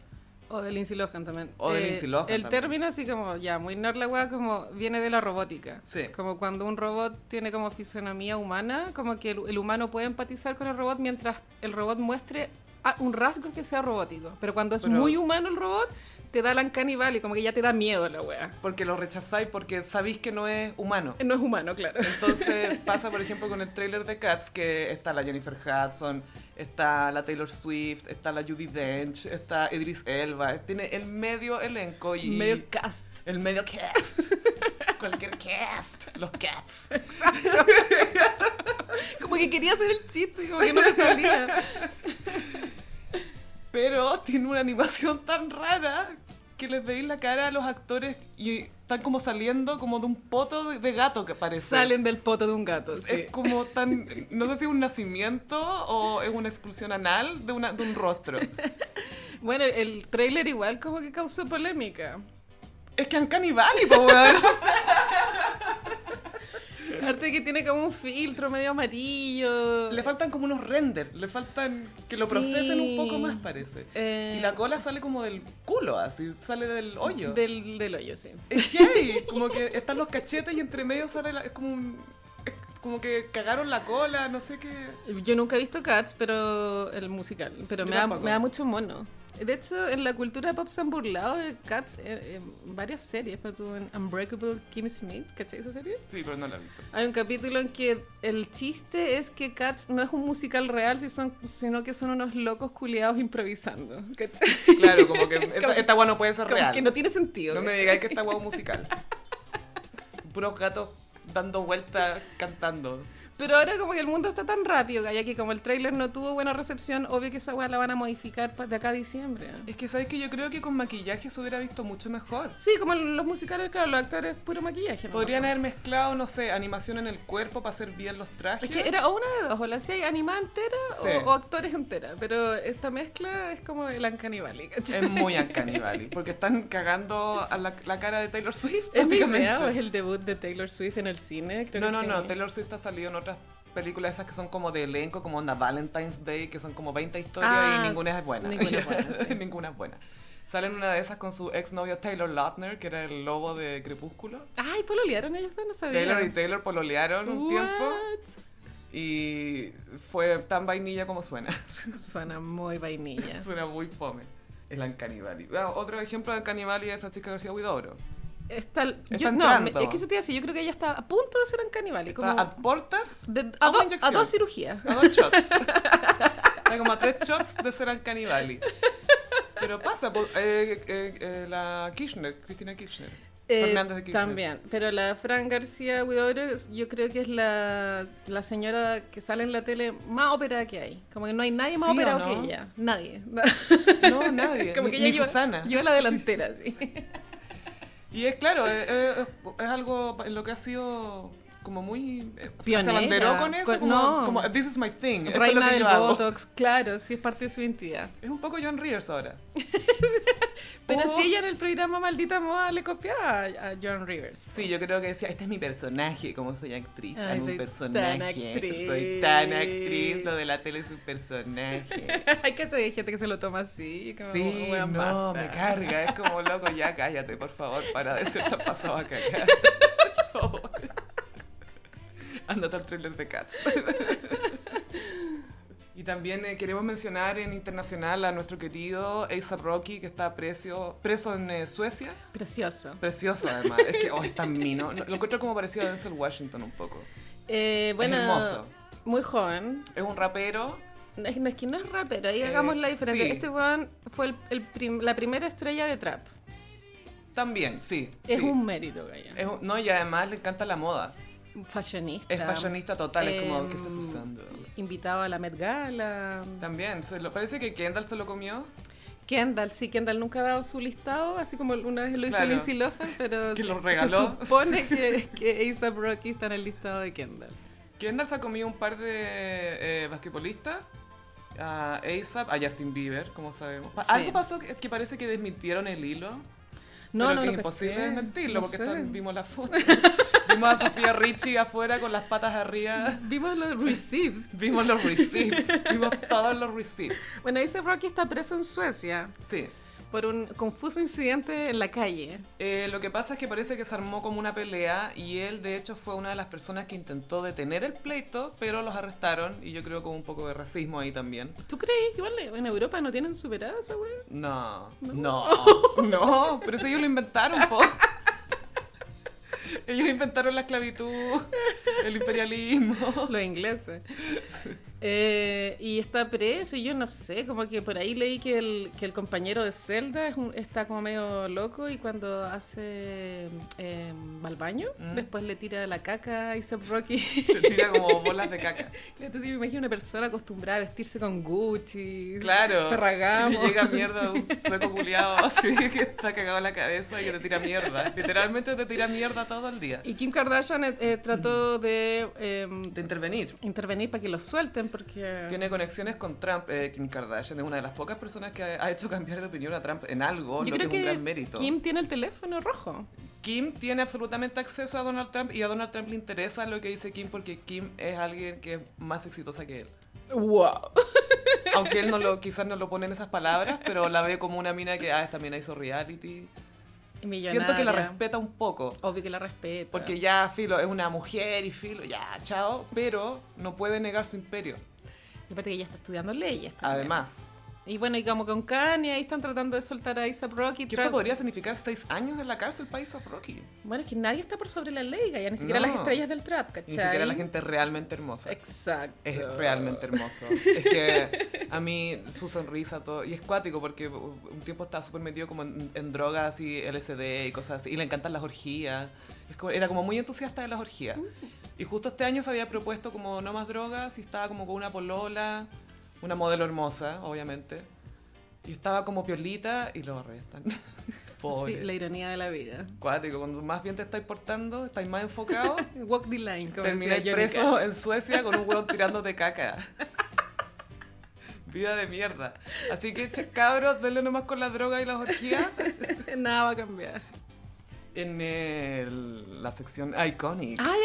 Speaker 2: O de Lindsay Lohan también. Eh,
Speaker 1: O de Lindsay Lohan
Speaker 2: El
Speaker 1: también.
Speaker 2: término así como, ya, muy nerd la weá, como viene de la robótica.
Speaker 1: Sí.
Speaker 2: Como cuando un robot tiene como fisonomía humana, como que el, el humano puede empatizar con el robot mientras el robot muestre ah, un rasgo que sea robótico. Pero cuando es
Speaker 1: Pero-
Speaker 2: muy humano el robot, te da la uncanny valley, como que ya te da miedo la weá.
Speaker 1: Porque lo rechazáis porque sabéis que no es humano.
Speaker 2: No es humano, claro.
Speaker 1: Entonces pasa, por ejemplo, con el tráiler de Cats, que está la Jennifer Hudson, está la Taylor Swift, está la Judy Dench, está Idris Elba. Tiene el medio elenco y...
Speaker 2: Medio cast.
Speaker 1: El medio cast. Cualquier cast. Los cats.
Speaker 2: Como que quería hacer el chiste, como que no me salía.
Speaker 1: Pero tiene una animación tan rara que les veis la cara a los actores y están como saliendo como de un poto de, de gato que parece.
Speaker 2: Salen del poto de un gato,
Speaker 1: Es
Speaker 2: sí.
Speaker 1: como tan. No sé si es un nacimiento o es una expulsión anal de, una, de un rostro.
Speaker 2: Bueno, el tráiler igual como que causó polémica.
Speaker 1: Es que han canibal y po, weón.
Speaker 2: Aparte que tiene como un filtro medio amarillo.
Speaker 1: Le faltan como unos renders, le faltan que lo
Speaker 2: Sí.
Speaker 1: procesen un poco más, parece.
Speaker 2: Eh,
Speaker 1: Y la cola sale como del culo, así, sale del hoyo.
Speaker 2: Del, del hoyo, sí.
Speaker 1: Es gay, como que están los cachetes y entre medio sale la- es como un- es como que cagaron la cola, no sé qué.
Speaker 2: Yo nunca he visto Cats, pero el musical, pero
Speaker 1: Yo
Speaker 2: me da,
Speaker 1: tampoco.
Speaker 2: me da mucho mono. De hecho, en la cultura pop se han burlado de Cats eh, en varias series, pero tú en Unbreakable Kim Smith, ¿cachai esa serie?
Speaker 1: Sí, pero no la he visto.
Speaker 2: Hay un capítulo en que el chiste es que Cats no es un musical real, si son- sino que son unos locos culiados improvisando, ¿cachai?
Speaker 1: Claro, como que
Speaker 2: Como-
Speaker 1: esta, esta guay no puede ser
Speaker 2: Como
Speaker 1: real.
Speaker 2: que no tiene sentido.
Speaker 1: No me
Speaker 2: ¿cachai?
Speaker 1: digáis que esta guay es un musical. Puros gatos dando vueltas cantando.
Speaker 2: Pero ahora como que el mundo está tan rápido, ya que como el tráiler no tuvo buena recepción, obvio que esa weá la van a modificar pa- de acá a diciembre. ¿eh?
Speaker 1: Es que sabes que yo creo que con maquillaje se hubiera visto mucho mejor.
Speaker 2: Sí, como en los musicales, claro, los actores puro maquillaje. ¿no?
Speaker 1: Podrían haber mezclado, no sé, animación en el cuerpo para hacer bien los trajes.
Speaker 2: Es que era o una de dos, o la hacía animada entera o-
Speaker 1: Sí.
Speaker 2: o, actores entera, pero esta mezcla es como el Uncanny Valley, ¿cachai?
Speaker 1: Es muy Uncanny Valley, porque están cagando a la, la cara de Taylor Swift,
Speaker 2: ¿Es mi
Speaker 1: básicamente.
Speaker 2: idea o es el debut de Taylor Swift en el cine? Creo
Speaker 1: no,
Speaker 2: que
Speaker 1: no,
Speaker 2: sí.
Speaker 1: no, Taylor Swift ha salido en otras películas esas que son como de elenco, como onda Valentine's Day, que son como 20 historias
Speaker 2: Ah,
Speaker 1: y ninguna es buena.
Speaker 2: ninguna es buena, sí.
Speaker 1: Ninguna es buena. Sale en una de esas con su exnovio Taylor Lautner, que era el lobo de Crepúsculo.
Speaker 2: Ay, pololearon ellos, no sabía.
Speaker 1: Taylor y Taylor pololearon un tiempo
Speaker 2: What?
Speaker 1: y fue tan vainilla como suena.
Speaker 2: Suena muy vainilla.
Speaker 1: suena muy fome. El Uncanny Valley. Ah, Otro ejemplo de Uncanny Valley es Francisca García Huidobro.
Speaker 2: Está, yo-
Speaker 1: Está
Speaker 2: no, me-
Speaker 1: entrando.
Speaker 2: es que eso te iba a decir, yo creo que ella está a punto de ser Uncanny Valley.
Speaker 1: Está
Speaker 2: como
Speaker 1: a portas
Speaker 2: de-
Speaker 1: a
Speaker 2: a,
Speaker 1: una
Speaker 2: dos- a
Speaker 1: inyección.
Speaker 2: dos cirugías.
Speaker 1: A dos shots. Hay como a tres shots de ser Uncanny Valley. Pero pasa, po- eh, eh, eh, la Kirchner, Cristina Kirchner.
Speaker 2: Eh,
Speaker 1: Fernández de Kirchner.
Speaker 2: También, pero la Fran García Huidobro es- yo creo que es la, la señora que sale en la tele más ópera que hay. Como que no hay nadie
Speaker 1: ¿Sí
Speaker 2: más
Speaker 1: o
Speaker 2: ópera
Speaker 1: no? Ah.
Speaker 2: que ella. Nadie.
Speaker 1: No, nadie.
Speaker 2: Como
Speaker 1: ni-
Speaker 2: que
Speaker 1: ni
Speaker 2: ella lleva-
Speaker 1: Susana.
Speaker 2: lleva la delantera, sí.
Speaker 1: Y es claro, eh, eh, es, es algo en lo que ha sido como muy... eh,
Speaker 2: Pionera.
Speaker 1: ¿Se abanderó con eso?
Speaker 2: Con-
Speaker 1: como,
Speaker 2: no.
Speaker 1: como, this is my thing. Esto es lo
Speaker 2: Reina
Speaker 1: que
Speaker 2: del
Speaker 1: yo hago.
Speaker 2: Botox, claro, sí es parte de su identidad.
Speaker 1: Es un poco John Rivers ahora.
Speaker 2: Pero
Speaker 1: Pudo-
Speaker 2: si ella en el programa Maldita Moda le copiaba a, a John Rivers.
Speaker 1: Sí, yo creo que decía, este es mi personaje, como soy actriz.
Speaker 2: Ay,
Speaker 1: hago
Speaker 2: soy
Speaker 1: un
Speaker 2: tan
Speaker 1: personaje.
Speaker 2: actriz.
Speaker 1: Soy tan actriz, lo de la tele es un personaje.
Speaker 2: Hay que hay gente que se lo toma así. Como, "Oh,
Speaker 1: Sí, no,
Speaker 2: "Weón, basta".
Speaker 1: me carga. Es como loco, ya cállate, por favor, para de ser tan pasado a cagar. Por favor. Ándate al thriller de Cats. Y también eh, queremos mencionar en internacional a nuestro querido A$AP Rocky, que está preso, preso en eh, Suecia.
Speaker 2: Precioso.
Speaker 1: Precioso, además. Es que, oh, es tan mino. Lo encuentro como parecido a Denzel Washington un poco.
Speaker 2: Eh, bueno,
Speaker 1: Es hermoso.
Speaker 2: muy joven.
Speaker 1: Es un rapero.
Speaker 2: No es, no, es que no es rapero, ahí
Speaker 1: Eh,
Speaker 2: hagamos la diferencia.
Speaker 1: sí.
Speaker 2: Este weón fue el- el prim- la primera estrella de trap.
Speaker 1: También, sí.
Speaker 2: Es
Speaker 1: sí.
Speaker 2: un mérito, Gaya.
Speaker 1: Es un- No, y además le encanta la moda.
Speaker 2: Fashionista.
Speaker 1: Es fashionista total, es como,
Speaker 2: Em,
Speaker 1: ¿qué estás usando?
Speaker 2: Invitado a la Met Gala.
Speaker 1: También, se lo, parece que Kendall se lo comió.
Speaker 2: Kendall, sí, Kendall nunca ha dado su listado, así como una vez lo hizo
Speaker 1: Claro.
Speaker 2: Lindsay Lohan, pero
Speaker 1: Que lo regaló.
Speaker 2: se supone que, que A$AP Rocky está en el listado de Kendall.
Speaker 1: Kendall se ha comido un par de eh, basquetbolistas. Ah, A ASAP, a Justin Bieber, como sabemos. Pa-
Speaker 2: Sí.
Speaker 1: Algo pasó que, que parece que desmintieron el hilo.
Speaker 2: No,
Speaker 1: pero
Speaker 2: no,
Speaker 1: que
Speaker 2: lo
Speaker 1: es imposible
Speaker 2: caché,
Speaker 1: desmentirlo
Speaker 2: no
Speaker 1: porque
Speaker 2: sé.
Speaker 1: están- vimos la foto. vimos a Sofía Richie afuera con las patas arriba.
Speaker 2: Vimos los receipts.
Speaker 1: Vimos los receipts. Vimos todos los receipts.
Speaker 2: Bueno, A$AP Rocky está preso en Suecia
Speaker 1: Sí.
Speaker 2: por un confuso incidente en la calle.
Speaker 1: Eh, lo que pasa es que parece que se armó como una pelea y él de hecho fue una de las personas que intentó detener el pleito, pero los arrestaron y yo creo con un poco de racismo ahí también.
Speaker 2: ¿Tú crees? Igual en Europa no tienen superada esa weá.
Speaker 1: No, no, no, pero eso ellos lo inventaron, po. Ellos inventaron la esclavitud, el imperialismo.
Speaker 2: Los ingleses. Eh, y está preso, y yo no sé, como que por ahí leí que el, que el compañero de Zelda es un- está como medio loco y cuando hace eh, mal baño,
Speaker 1: Mm.
Speaker 2: después le tira la caca a Isaac Rocky.
Speaker 1: Se tira como bolas de caca.
Speaker 2: Entonces yo me imagino una persona acostumbrada a vestirse con Gucci,
Speaker 1: Claro.
Speaker 2: Ferragamo.
Speaker 1: que le llega mierda un sueco culiado así que está cagado en la cabeza y que te tira mierda. Literalmente te tira mierda todo el día.
Speaker 2: Y Kim Kardashian eh, eh, trató de em,
Speaker 1: De intervenir.
Speaker 2: intervenir para que lo suelten porque...
Speaker 1: Tiene conexiones con Trump. eh, Kim Kardashian es una de las pocas personas que ha ha hecho cambiar de opinión a Trump en algo, lo
Speaker 2: Yo
Speaker 1: que
Speaker 2: creo
Speaker 1: es un gran mérito.
Speaker 2: Kim tiene el teléfono rojo.
Speaker 1: Kim tiene absolutamente acceso a Donald Trump y a Donald Trump le interesa lo que dice Kim porque Kim es alguien que es más exitosa que él.
Speaker 2: Wow.
Speaker 1: Aunque él no lo, quizás no lo pone en esas palabras, pero la ve como una mina que ah, esta mina hizo reality.
Speaker 2: Millonaria.
Speaker 1: Siento que la respeta un poco.
Speaker 2: Obvio que la respeta.
Speaker 1: Porque ya, Filo, es una mujer y Filo, ya, chao, pero no puede negar su imperio.
Speaker 2: Y aparte que ella está estudiando leyes. también.
Speaker 1: Además,
Speaker 2: Y bueno, y como con Kanye, ahí están tratando de soltar a Isaac Rocky.
Speaker 1: que esto podría significar seis años en la cárcel para Isaac Rocky.
Speaker 2: Bueno, es que nadie está por sobre la ley, ya ni siquiera
Speaker 1: No.
Speaker 2: las estrellas del trap,
Speaker 1: Y
Speaker 2: ¿cachai?
Speaker 1: Ni siquiera la gente realmente hermosa.
Speaker 2: Exacto.
Speaker 1: Es realmente hermoso. Es que a mí su sonrisa, todo. Y es cuático porque un tiempo estaba súper metido como en, en drogas y LSD y cosas así. Y le encantan las orgías. Es como- era como muy entusiasta de las orgías. Y justo este año se había propuesto como no más drogas y estaba como con una polola, una modelo hermosa, obviamente. Y estaba como piolita y lo arrestan. Pobre.
Speaker 2: Sí, la ironía de la vida.
Speaker 1: Cuático, cuando más bien te estáis portando, estáis más enfocado,
Speaker 2: Walk the line, como decía
Speaker 1: Terminé
Speaker 2: Johnny
Speaker 1: preso
Speaker 2: Cash.
Speaker 1: en Suecia con un hueón tirándote caca. Vida de mierda. Así que, che, cabros, denle nomás con las drogas y las orgías.
Speaker 2: Nada va a cambiar.
Speaker 1: En el- la sección Iconic.
Speaker 2: ¡Ay,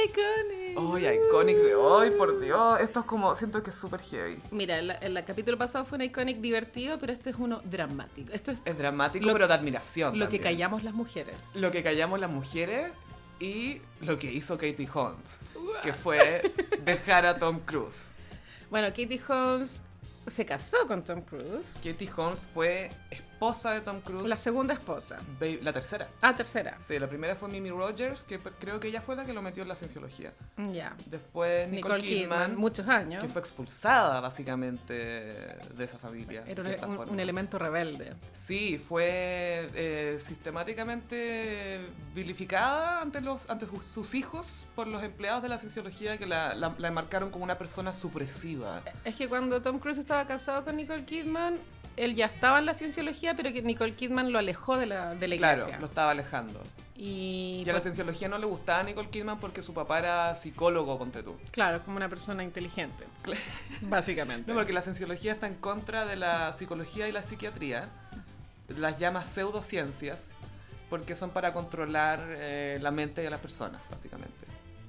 Speaker 1: ¡Ay,
Speaker 2: Iconic!
Speaker 1: Oh, Iconic de hoy, por Dios! Esto es como, siento que es súper heavy.
Speaker 2: Mira, el, el capítulo pasado fue un Iconic divertido, pero este es uno dramático. Esto es
Speaker 1: Es dramático,
Speaker 2: Lo-
Speaker 1: pero de admiración.
Speaker 2: lo que
Speaker 1: también.
Speaker 2: callamos las mujeres.
Speaker 1: Lo que callamos las mujeres y lo que hizo Katie Holmes, que fue dejar a Tom Cruise.
Speaker 2: Bueno, Katie Holmes se casó con Tom Cruise,
Speaker 1: Katie Holmes fue esposa de Tom Cruise.
Speaker 2: la segunda esposa.
Speaker 1: Babe- la tercera.
Speaker 2: Ah, tercera.
Speaker 1: Sí, la primera fue Mimi Rogers, que pe- creo que ella fue la que lo metió en la cienciología.
Speaker 2: Ya.
Speaker 1: Después Nicole,
Speaker 2: Nicole Kidman,
Speaker 1: Kidman,
Speaker 2: muchos años.
Speaker 1: que fue expulsada básicamente de esa familia. de
Speaker 2: Era
Speaker 1: cierta
Speaker 2: un- un,
Speaker 1: forma.
Speaker 2: un elemento rebelde.
Speaker 1: Sí, fue eh, sistemáticamente vilificada ante, los, ante sus- sus hijos por los empleados de la cienciología que la, la, la marcaron como una persona supresiva.
Speaker 2: Es que cuando Tom Cruise estaba casado con Nicole Kidman, él ya estaba en la cienciología, pero que Nicole Kidman lo alejó de la, de la
Speaker 1: Claro,
Speaker 2: iglesia.
Speaker 1: lo estaba alejando.
Speaker 2: Y,
Speaker 1: Y a la
Speaker 2: pues,
Speaker 1: cienciología no le gustaba a Nicole Kidman porque su papá era psicólogo, ponte tú.
Speaker 2: claro, como una persona inteligente, básicamente.
Speaker 1: No, porque la cienciología está en contra de la psicología y la psiquiatría. Las llama pseudociencias porque son para controlar eh, la mente de las personas, básicamente.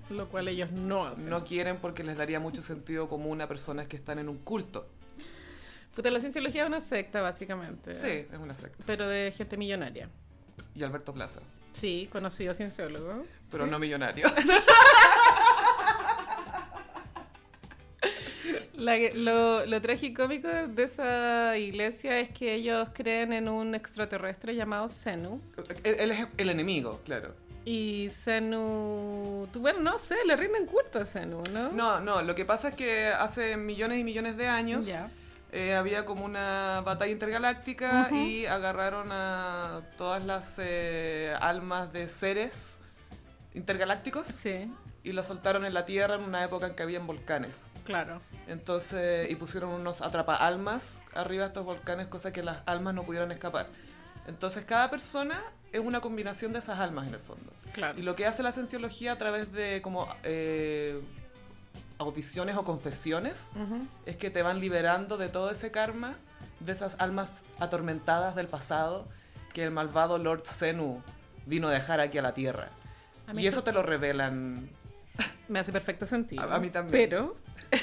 Speaker 2: Lo cual ellos no hacen.
Speaker 1: No quieren porque les daría mucho sentido común a personas que están en un culto.
Speaker 2: Puta, la cienciología es una secta, básicamente.
Speaker 1: Sí, es una secta.
Speaker 2: Pero de gente millonaria.
Speaker 1: Y Alberto Plaza,
Speaker 2: Sí, conocido cienciólogo.
Speaker 1: pero no millonario.
Speaker 2: La que- lo, lo tragicómico de esa iglesia es que ellos creen en un extraterrestre llamado Zenu.
Speaker 1: él, él es el enemigo, claro.
Speaker 2: Y Zenu... tú- Bueno, no sé, le rinden culto a Zenu, ¿no?
Speaker 1: No, no, lo que pasa es que hace millones y millones de años
Speaker 2: Ya.
Speaker 1: Eh, había como una batalla intergaláctica
Speaker 2: Ujú.
Speaker 1: y agarraron a todas las eh, almas de seres intergalácticos
Speaker 2: Sí,
Speaker 1: y los soltaron en la Tierra en una época en que habían volcanes.
Speaker 2: claro.
Speaker 1: Entonces, y pusieron unos atrapa-almas arriba de estos volcanes, cosa que las almas no pudieron escapar. Entonces, cada persona es una combinación de esas almas en el fondo.
Speaker 2: Claro.
Speaker 1: Y lo que hace la cienciología a través de como eh, audiciones o confesiones
Speaker 2: Ujú.
Speaker 1: es que te van liberando de todo ese karma, de esas almas atormentadas del pasado que el malvado Lord Zenu vino a dejar aquí a la Tierra.
Speaker 2: A mí
Speaker 1: Y
Speaker 2: esto
Speaker 1: eso te lo revelan.
Speaker 2: me hace perfecto sentido.
Speaker 1: A- a mí también.
Speaker 2: Pero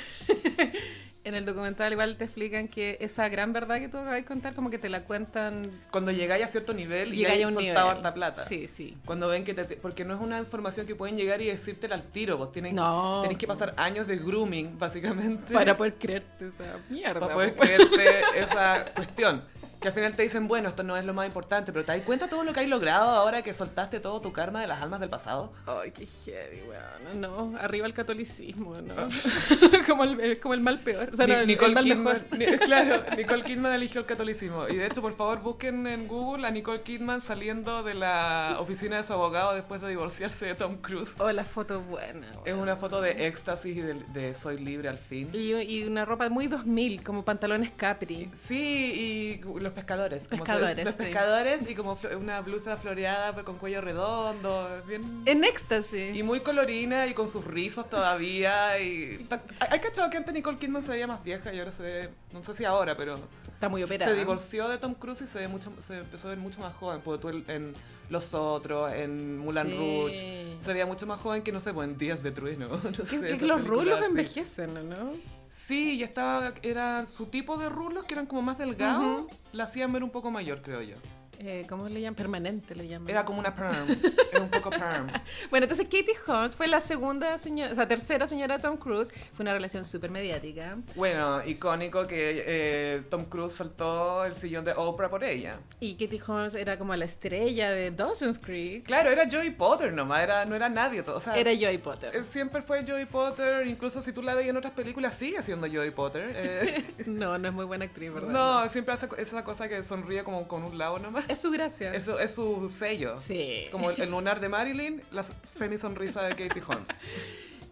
Speaker 2: en el documental igual te explican que esa gran verdad que tú acabas de contar, como que te la cuentan...
Speaker 1: Cuando llegáis a cierto nivel y
Speaker 2: llega
Speaker 1: hay
Speaker 2: ya a un nivel.
Speaker 1: soltado harta plata.
Speaker 2: Sí, sí.
Speaker 1: Cuando ven que te, te- Porque no es una información que pueden llegar y decírtela al tiro. Vos tienen,
Speaker 2: No.
Speaker 1: tenés que pasar años de grooming, básicamente.
Speaker 2: Para poder creerte esa mierda.
Speaker 1: para poder
Speaker 2: po.
Speaker 1: creerte esa cuestión. Que al final te dicen, bueno, esto no es lo más importante, pero ¿te das cuenta todo lo que has logrado ahora que soltaste todo tu karma de las almas del pasado?
Speaker 2: Ay, qué heavy, weón. No, arriba el catolicismo, ¿no? como, el, como el mal peor. O sea,
Speaker 1: Ah. Ni-
Speaker 2: no, el-
Speaker 1: Nicole
Speaker 2: el mal
Speaker 1: Kidman,
Speaker 2: mejor.
Speaker 1: Ni- claro, Nicole Kidman eligió el catolicismo. Y de hecho, por favor, busquen en Google a Nicole Kidman saliendo de la oficina de su abogado después de divorciarse de Tom Cruise.
Speaker 2: Oh, la foto buena, weón.
Speaker 1: Es una foto de éxtasis y de, de soy libre al fin.
Speaker 2: Y, y una ropa muy 2000, como pantalones Capri.
Speaker 1: Sí, y los los pescadores. como se-
Speaker 2: Pescadores,
Speaker 1: los
Speaker 2: sí.
Speaker 1: pescadores y como flo- una blusa floreada pues, con cuello redondo, bien...
Speaker 2: En éxtasis.
Speaker 1: Y muy colorina y con sus rizos todavía. Y... ¿Hay cachado que antes Nicole Kidman se veía más vieja y ahora se ve, no sé si ahora, pero
Speaker 2: Está muy operada.
Speaker 1: se divorció de Tom Cruise y se, ve mucho, se empezó a ver mucho más joven. Porque tú el- en Los Otros, en Mulan
Speaker 2: Sí.
Speaker 1: Rouge, se veía mucho más joven que, no sé, pues, en Días de Trueno. No sé,
Speaker 2: Que- que
Speaker 1: esas
Speaker 2: los
Speaker 1: películas
Speaker 2: rulos
Speaker 1: así.
Speaker 2: envejecen, ¿o ¿no?
Speaker 1: Sí, y estaba, era su tipo de rulos, que eran como más delgados,
Speaker 2: Ujú.
Speaker 1: la hacían ver un poco mayor, creo yo.
Speaker 2: Eh, ¿Cómo le llaman? Permanente le llaman.
Speaker 1: Era como una perm, era un poco perm.
Speaker 2: Bueno, entonces Katie Holmes fue la segunda señora, o sea, tercera señora de Tom Cruise. Fue una relación súper mediática.
Speaker 1: Bueno, icónico que eh, Tom Cruise soltó el sillón de Oprah por ella.
Speaker 2: Y Katie Holmes era como la estrella de Dawson's Creek.
Speaker 1: Claro, era Joey Potter nomás, era, no era nadie. to- O sea,
Speaker 2: Era Joy Potter.
Speaker 1: eh, siempre fue Joey Potter, incluso si tú la veías en otras películas, sigue siendo Joey Potter. eh.
Speaker 2: No, no es muy buena actriz, ¿verdad?
Speaker 1: no, siempre hace esa cosa que sonríe como con un lado nomás.
Speaker 2: Es su gracia.
Speaker 1: Eso es su sello.
Speaker 2: Sí.
Speaker 1: Como el lunar de Marilyn, la semi-sonrisa de Katie Holmes.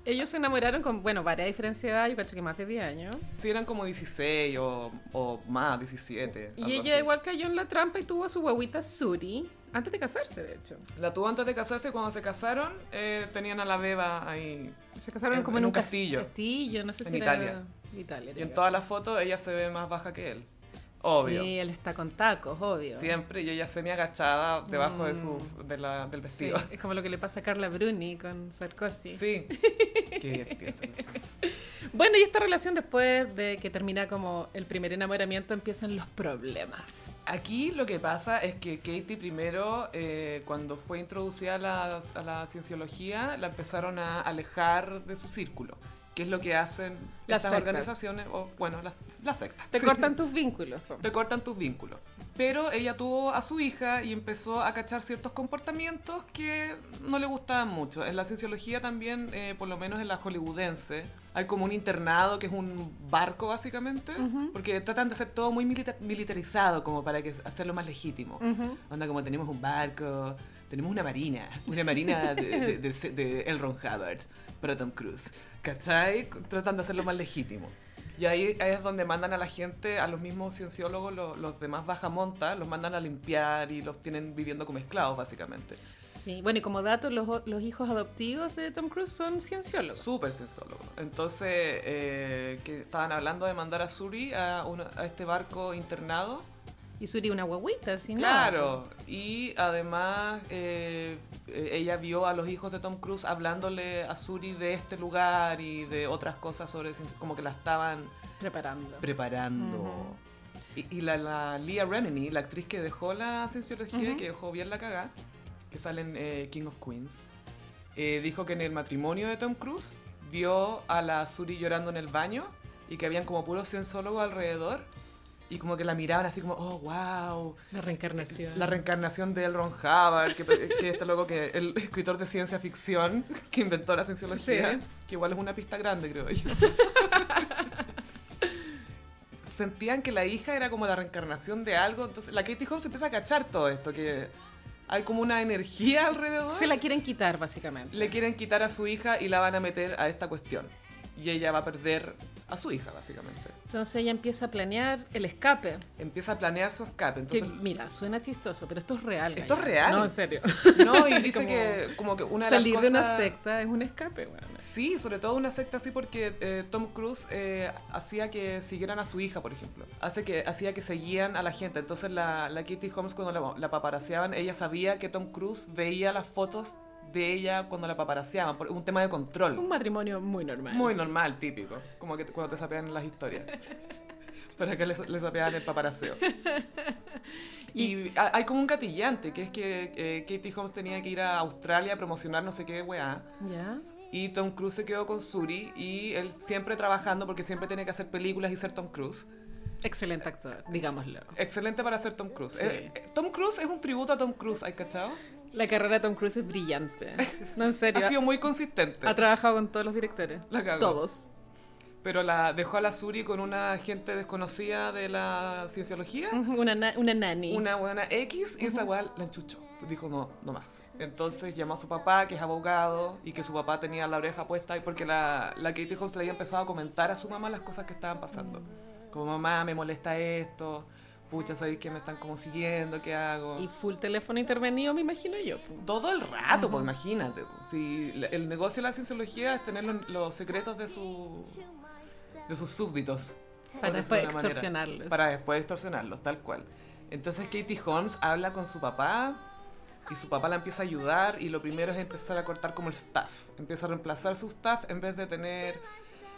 Speaker 2: Ellos se enamoraron con, bueno, varias diferencias de edad, yo cacho que más de 10 años.
Speaker 1: Sí, eran como 16 o, o más, 17.
Speaker 2: Y
Speaker 1: algo
Speaker 2: ella
Speaker 1: así.
Speaker 2: igual cayó en la trampa y tuvo a su guaguita Suri antes de casarse, de hecho.
Speaker 1: La tuvo antes de casarse, cuando se casaron, eh, tenían a la beba ahí.
Speaker 2: Se casaron
Speaker 1: En-
Speaker 2: como
Speaker 1: en
Speaker 2: en,
Speaker 1: un
Speaker 2: un cas-
Speaker 1: castillo.
Speaker 2: Castillo, no sé
Speaker 1: En
Speaker 2: si
Speaker 1: Italia.
Speaker 2: era Italia.
Speaker 1: Y en
Speaker 2: creo.
Speaker 1: todas las fotos ella se ve más baja que él. Obvio.
Speaker 2: Sí, él está con tacos, obvio.
Speaker 1: Siempre, y ella semi agachada debajo de su, de la- del
Speaker 2: Mm. Sí,
Speaker 1: vestido.
Speaker 2: es como lo que le pasa a Carla Bruni con Sarkozy.
Speaker 1: Sí. Qué piensa.
Speaker 2: Bueno, y esta relación después de que termina como el primer enamoramiento empiezan los problemas.
Speaker 1: Aquí lo que pasa es que Katie primero, eh, cuando fue introducida a la, a la cienciología, la empezaron a alejar de su círculo, que es lo que hacen
Speaker 2: Las
Speaker 1: estas
Speaker 2: sectas.
Speaker 1: organizaciones, o bueno, las las sectas.
Speaker 2: Te
Speaker 1: Sí.
Speaker 2: cortan tus vínculos. po.
Speaker 1: te cortan tus vínculos. Pero ella tuvo a su hija y empezó a cachar ciertos comportamientos que no le gustaban mucho. En la cienciología también, eh, por lo menos en la hollywoodense, hay como un internado que es un barco básicamente, porque tratan de hacer todo muy milita- militarizado como para que hacerlo más legítimo.
Speaker 2: Ujú.
Speaker 1: Onda como tenemos un barco, tenemos una marina, una marina de, de, de- de L. Ron Hubbard para Tom Cruise, ¿cachai? Tratan de hacerlo más legítimo. Y ahí, ahí es donde mandan a la gente, a los mismos cienciólogos, lo- los demás bajamonta, los mandan a limpiar y los tienen viviendo como esclavos, básicamente.
Speaker 2: Sí, bueno, y como dato, los, los hijos adoptivos de Tom Cruise son cienciólogos.
Speaker 1: Súper cienciólogos. Entonces, eh, que estaban hablando de mandar a Suri a, una- a este barco internado
Speaker 2: Y Suri una guaguita, sin nada.
Speaker 1: Claro, y además eh, eh, ella vio a los hijos de Tom Cruise hablándole a Suri de este lugar y de otras cosas sobre ciencia- como que la estaban
Speaker 2: Preparando.
Speaker 1: preparando.
Speaker 2: Ujú.
Speaker 1: Y, y la, la Leah Remini, la actriz que dejó la cienciología y que dejó bien la cagada, que sale en eh, King of Queens, eh, dijo que en el matrimonio de Tom Cruise vio a la Suri llorando en el baño y que habían como puros cienciólogos alrededor. Y como que la miraban así como, oh, wow,
Speaker 2: La reencarnación.
Speaker 1: la reencarnación de L. Ron Hubbard, que, que este loco que el escritor de ciencia ficción que inventó la cienciología,
Speaker 2: Sí.
Speaker 1: que igual es una pista grande, creo yo. Sentían que la hija era como la reencarnación de algo, entonces la Katie Holmes empieza a cachar todo esto, que hay como una energía alrededor.
Speaker 2: Se la quieren quitar, básicamente.
Speaker 1: Le quieren quitar a su hija y la van a meter a esta cuestión. Y ella va a perder a su hija, básicamente.
Speaker 2: Entonces ella empieza a planear el escape.
Speaker 1: Empieza a planear su escape.
Speaker 2: Que,
Speaker 1: Entonces,
Speaker 2: mira, suena chistoso, pero esto es real.
Speaker 1: Esto es
Speaker 2: gallo.
Speaker 1: real.
Speaker 2: No, en serio.
Speaker 1: no, y dice que como
Speaker 2: Como
Speaker 1: que una de las
Speaker 2: Salir de una
Speaker 1: cosas-
Speaker 2: secta es un escape, bueno.
Speaker 1: Sí, sobre todo una secta así porque eh, Tom Cruise eh, hacía que siguieran a su hija, por ejemplo. Hace que, hacía que seguían a la gente. Entonces la, la Kitty Holmes cuando la, la paparaseaban, ella sabía que Tom Cruise veía las fotos de ella cuando la paparaseaban. Por, un tema de
Speaker 2: Un
Speaker 1: control.
Speaker 2: matrimonio muy normal.
Speaker 1: Muy normal, típico. Como que te- cuando te sapean las historias. Pero acá les, les sapeaban el paparaseo. Y, ha- hay como un gatillante, que es que eh, Katie Holmes tenía que ir a Australia a promocionar no sé qué weá.
Speaker 2: ¿Ya?
Speaker 1: Y Tom Cruise se quedó con Suri y él siempre trabajando porque siempre tiene que hacer películas y ser Tom Cruise.
Speaker 2: Excelente actor, digámoslo.
Speaker 1: Excelente para ser Tom Cruise.
Speaker 2: Sí.
Speaker 1: Eh, eh, Tom Cruise es un tributo a Tom Cruise, ¿hay cachado?
Speaker 2: La carrera de Tom Cruise es brillante. No, en
Speaker 1: Ha
Speaker 2: serio.
Speaker 1: sido muy consistente.
Speaker 2: Ha trabajado con todos los directores.
Speaker 1: La cagó.
Speaker 2: Todos.
Speaker 1: Pero la dejó a la Suri con una gente desconocida de la cienciología.
Speaker 2: Ujú, Una, na- una nani.
Speaker 1: Una buena X y esa weá la enchuchó. Dijo, no, no más. Entonces llamó a su papá, que es abogado, y que su papá tenía la oreja puesta, y porque la, la Katie Holmes le había empezado a comentar a su mamá las cosas que estaban pasando. Como mamá, me molesta esto, pucha, sabéis que me están como siguiendo, ¿qué hago?
Speaker 2: Y full teléfono intervenido, me imagino yo. po.
Speaker 1: Todo el rato, pues imagínate. pues, Si la- el negocio de la cienciología es tener los, los secretos de, su, de sus súbditos. por
Speaker 2: Para
Speaker 1: decirlo de
Speaker 2: después
Speaker 1: una manera.
Speaker 2: extorsionarlos.
Speaker 1: Para después extorsionarlos, tal cual. Entonces Katie Holmes habla con su papá y su papá la empieza a ayudar y lo primero es empezar a cortar como el staff. Empieza a reemplazar su staff en vez de tener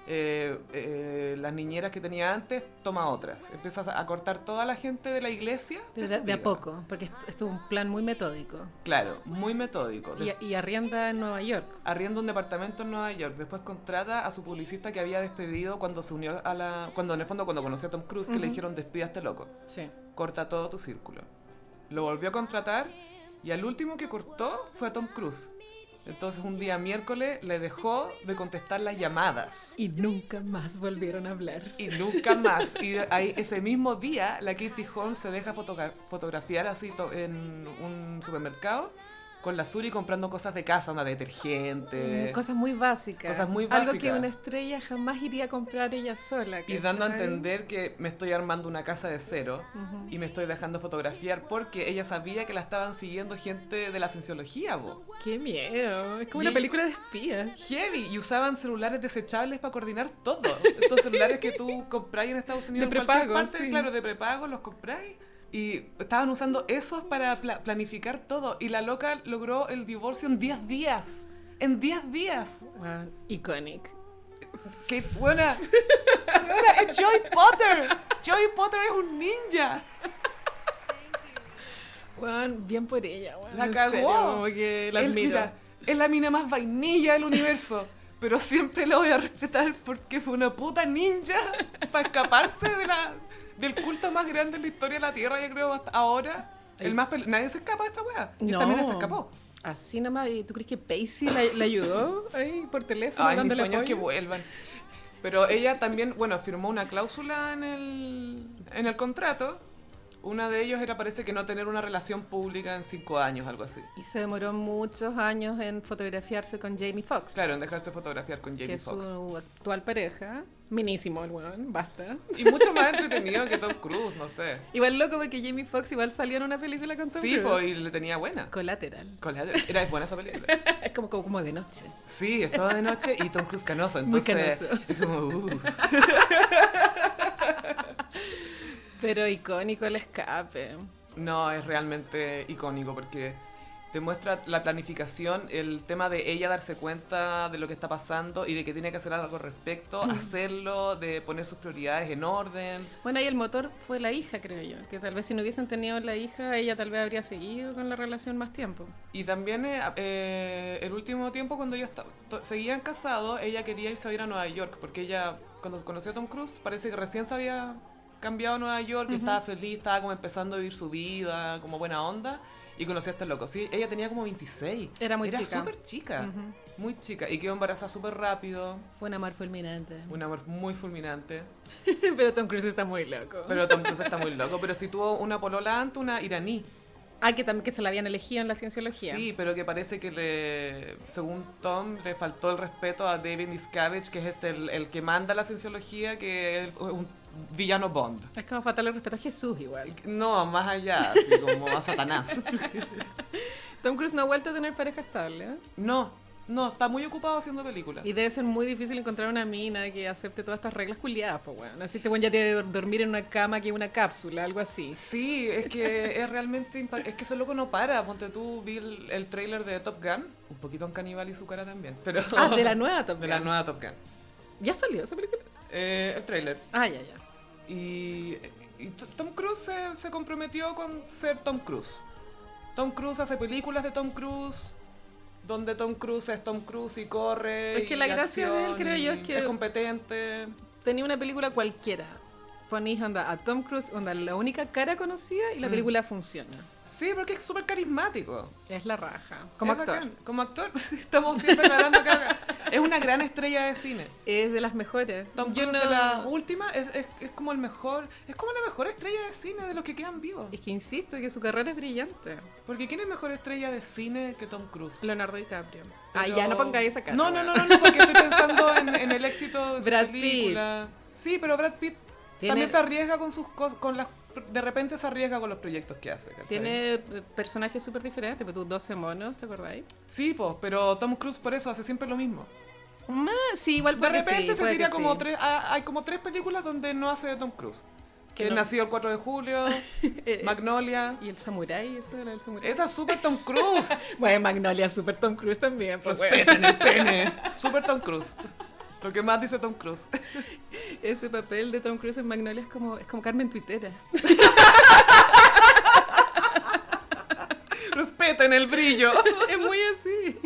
Speaker 1: eh, eh, las niñeras que tenía antes, toma otras. Empieza a cortar toda la gente de la iglesia.
Speaker 2: Pero
Speaker 1: su
Speaker 2: de, de a
Speaker 1: vida.
Speaker 2: poco, porque est- esto es un plan muy metódico.
Speaker 1: Claro, muy metódico.
Speaker 2: Y, y arrienda en Nueva York.
Speaker 1: arrienda un departamento en Nueva York, después contrata a su publicista que había despedido cuando se unió a la... Cuando en el fondo cuando conoció a Tom Cruise, que le dijeron despida a este loco,
Speaker 2: Sí.
Speaker 1: corta todo tu círculo. Lo volvió a contratar y al último que cortó fue a Tom Cruise. Entonces un día miércoles le dejó de contestar las llamadas.
Speaker 2: Y nunca más volvieron a hablar.
Speaker 1: Y nunca más. Y ahí, ese mismo día, la Kitty Holmes se deja fotogra- fotografiar así to- en un supermercado con la Suri comprando cosas de casa, una detergente.
Speaker 2: Mm, Cosas muy básicas.
Speaker 1: Eh, Cosas muy
Speaker 2: Algo que
Speaker 1: básicas.
Speaker 2: una estrella jamás iría a comprar ella sola.
Speaker 1: Y
Speaker 2: ¿cachai?
Speaker 1: dando a entender que me estoy armando una casa de cero
Speaker 2: Ujú.
Speaker 1: y me estoy dejando fotografiar porque ella sabía que la estaban siguiendo gente de la cienciología, bo.
Speaker 2: ¡Qué miedo! Es como
Speaker 1: Y
Speaker 2: una
Speaker 1: ella-
Speaker 2: película de espías.
Speaker 1: Heavy, y usaban celulares desechables para coordinar todo. Estos celulares que tú compráis en Estados Unidos,
Speaker 2: De
Speaker 1: en cualquier
Speaker 2: prepago,
Speaker 1: parte,
Speaker 2: sí.
Speaker 1: claro, de prepago, los compráis. Y estaban usando esos para pla- planificar todo. Y la loca logró el divorcio en 10 días. En 10 días.
Speaker 2: Wow, iconic.
Speaker 1: ¡Qué buena! ¡Buena! ¡Es Joy Potter! ¡Joy Potter es un ninja!
Speaker 2: Weón, bien por ella, weón.
Speaker 1: La
Speaker 2: en
Speaker 1: cagó.
Speaker 2: serio, como que la
Speaker 1: Él,
Speaker 2: admiro.
Speaker 1: mira, es la mina más vainilla del universo. Pero siempre la voy a respetar porque fue una puta ninja para escaparse de la, del culto más grande en la historia de la Tierra, yo creo, hasta ahora. El más pel- Nadie se escapa de esta weá. Y esta
Speaker 2: No.
Speaker 1: mina se escapó.
Speaker 2: Así nomás, ¿y tú crees que Pacey la, la ayudó ahí por teléfono?
Speaker 1: Ay, mi
Speaker 2: dándole
Speaker 1: sueño es que
Speaker 2: apoyo?
Speaker 1: vuelvan. Pero ella también, bueno, firmó una cláusula en el, en el contrato. Una de ellos era, parece que no tener una relación pública en cinco años, algo así.
Speaker 2: Y se demoró muchos años en fotografiarse con Jamie Foxx.
Speaker 1: Claro, en dejarse fotografiar con
Speaker 2: que
Speaker 1: Jamie
Speaker 2: es
Speaker 1: Foxx.
Speaker 2: su actual pareja. Minísimo el weón, basta.
Speaker 1: Y mucho más entretenido que Tom Cruise, no sé.
Speaker 2: Igual loco porque Jamie Foxx igual salió en una película con Tom
Speaker 1: Sí,
Speaker 2: Cruise.
Speaker 1: po, y le tenía buena.
Speaker 2: Colateral.
Speaker 1: Collateral. Era buena esa película.
Speaker 2: Es como, como, como de noche.
Speaker 1: Sí, estaba de noche y Tom Cruise canoso,
Speaker 2: Muy
Speaker 1: entonces es como, uh,
Speaker 2: Pero icónico el escape.
Speaker 1: no, es realmente icónico porque te muestra la planificación, el tema de ella darse cuenta de lo que está pasando y de que tiene que hacer algo al
Speaker 2: Mm.
Speaker 1: respecto, hacerlo, de poner sus prioridades en orden.
Speaker 2: Bueno, y el motor fue la hija, creo yo. Que tal vez si no hubiesen tenido la hija, ella tal vez habría seguido con la relación más tiempo.
Speaker 1: Y también eh, eh, el último tiempo cuando ellos esta- to- seguían casados, ella quería irse a ir a Nueva York, porque ella cuando conoció a Tom Cruise parece que recién se había cambiado a Nueva York, que estaba feliz, estaba como empezando a vivir su vida, como buena onda, y conoció a este loco. Sí, ella tenía como 26.
Speaker 2: Era muy
Speaker 1: Era
Speaker 2: chica.
Speaker 1: súper chica, muy chica, y quedó embarazada súper rápido,
Speaker 2: Fue un amor fulminante.
Speaker 1: un amor muy fulminante.
Speaker 2: Pero Tom Cruise está muy loco.
Speaker 1: Pero Tom Cruise está muy loco, pero si tuvo una polola antes, una iraní.
Speaker 2: Ah, que también que se la habían elegido en la cienciología.
Speaker 1: Sí, pero que parece que le, según Tom, le faltó el respeto a David Miscavige, que es este, el, el que manda la cienciología, que es un villano Bond.
Speaker 2: Es como fatal el respeto a Jesús igual.
Speaker 1: No, más allá, así como a Satanás.
Speaker 2: Tom Cruise no ha vuelto a tener pareja estable. ¿eh?
Speaker 1: No, no, está muy ocupado haciendo películas.
Speaker 2: Y debe ser muy difícil encontrar una mina que acepte todas estas reglas culiadas, pues bueno. Así este weón ya tiene que dormir en una cama que es una cápsula, algo así.
Speaker 1: Sí, es que es realmente impa- es que ese loco no para. Ponte tú, vi el, el tráiler de Top Gun, un poquito en caníbal y su cara también, pero
Speaker 2: Ah, de la nueva Top
Speaker 1: de la
Speaker 2: Gun.
Speaker 1: nueva Top Gun.
Speaker 2: ¿Ya salió esa película?
Speaker 1: Eh, el tráiler.
Speaker 2: Ah, ya, ya.
Speaker 1: Y, y T- Tom Cruise se, se comprometió con ser Tom Cruise. Tom Cruise hace películas de Tom Cruise, donde Tom Cruise es Tom Cruise y corre.
Speaker 2: Es que
Speaker 1: y
Speaker 2: la gracia de él,
Speaker 1: acción,
Speaker 2: creo yo,
Speaker 1: y
Speaker 2: es que-
Speaker 1: Es competente.
Speaker 2: Tenía una película cualquiera. Ponís onda a Tom Cruise, onda la única cara conocida y
Speaker 1: Mm.
Speaker 2: la película funciona.
Speaker 1: Sí, porque es súper carismático.
Speaker 2: Es la raja. Como
Speaker 1: Es
Speaker 2: actor.
Speaker 1: bacán. Como actor, sí, estamos siempre hablando que es una gran estrella de cine.
Speaker 2: Es de las mejores.
Speaker 1: Tom
Speaker 2: Yo
Speaker 1: Cruise
Speaker 2: no-
Speaker 1: de las últimas es, es- es como el mejor, es como la mejor estrella de cine de los que quedan vivos.
Speaker 2: Es que insisto que su carrera es brillante.
Speaker 1: Porque ¿quién es mejor estrella de cine que Tom Cruise?
Speaker 2: Leonardo DiCaprio. Ah,
Speaker 1: Pero-
Speaker 2: ya no pongáis esa cara.
Speaker 1: No, no,
Speaker 2: weón.
Speaker 1: no, no, no, porque estoy pensando en, en el éxito de su
Speaker 2: Brad Pitt.
Speaker 1: película. Sí, pero Brad Pitt
Speaker 2: Tiene-
Speaker 1: también se arriesga con sus cos- con las de repente se arriesga con los proyectos que hace. ¿cachai?
Speaker 2: Tiene eh, personajes súper diferentes, pero tú 12 monos, ¿te acordáis?
Speaker 1: Sí, po, pero Tom Cruise por eso hace siempre lo mismo.
Speaker 2: Ma, sí, igual
Speaker 1: De
Speaker 2: puede que sí,
Speaker 1: repente se
Speaker 2: puede que
Speaker 1: tira como
Speaker 2: sí.
Speaker 1: tres, ah, hay como tres películas donde no hace de Tom Cruise.
Speaker 2: Que
Speaker 1: Que
Speaker 2: no-
Speaker 1: nació el 4 de julio,
Speaker 2: Eh,
Speaker 1: Magnolia.
Speaker 2: y el samurái, eso era el samurái.
Speaker 1: Esa es Super Tom Cruise.
Speaker 2: Bueno, Magnolia, super Tom Cruise también. pues, bueno.
Speaker 1: Respeten el pene. Super Tom Cruise. Lo que más dice Tom Cruise.
Speaker 2: Ese papel de Tom Cruise en Magnolia es como, es como Carmen Tuitera.
Speaker 1: Respeten el brillo.
Speaker 2: es muy así.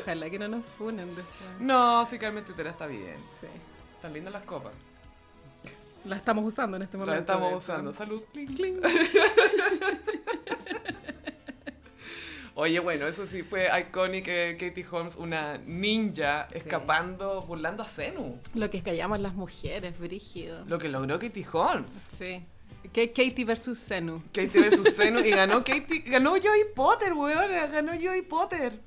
Speaker 2: Ojalá que no nos funen después.
Speaker 1: No, sí, Carmen Twitter está bien.
Speaker 2: Sí.
Speaker 1: Están lindas las copas.
Speaker 2: La estamos usando en este momento.
Speaker 1: Las estamos
Speaker 2: de hecho.
Speaker 1: usando. Salud. clink.
Speaker 2: Cling.
Speaker 1: Oye, bueno, eso sí fue icónico. eh, Katie Holmes, una ninja
Speaker 2: Sí.
Speaker 1: escapando, burlando a Zenu.
Speaker 2: Lo que callamos las mujeres, brígido.
Speaker 1: Lo que logró Katie Holmes.
Speaker 2: Sí. Que Katie versus Zenu.
Speaker 1: Katie versus Zenu y ganó Katie, ganó Joey Potter, weón, eh, ganó Joey Potter.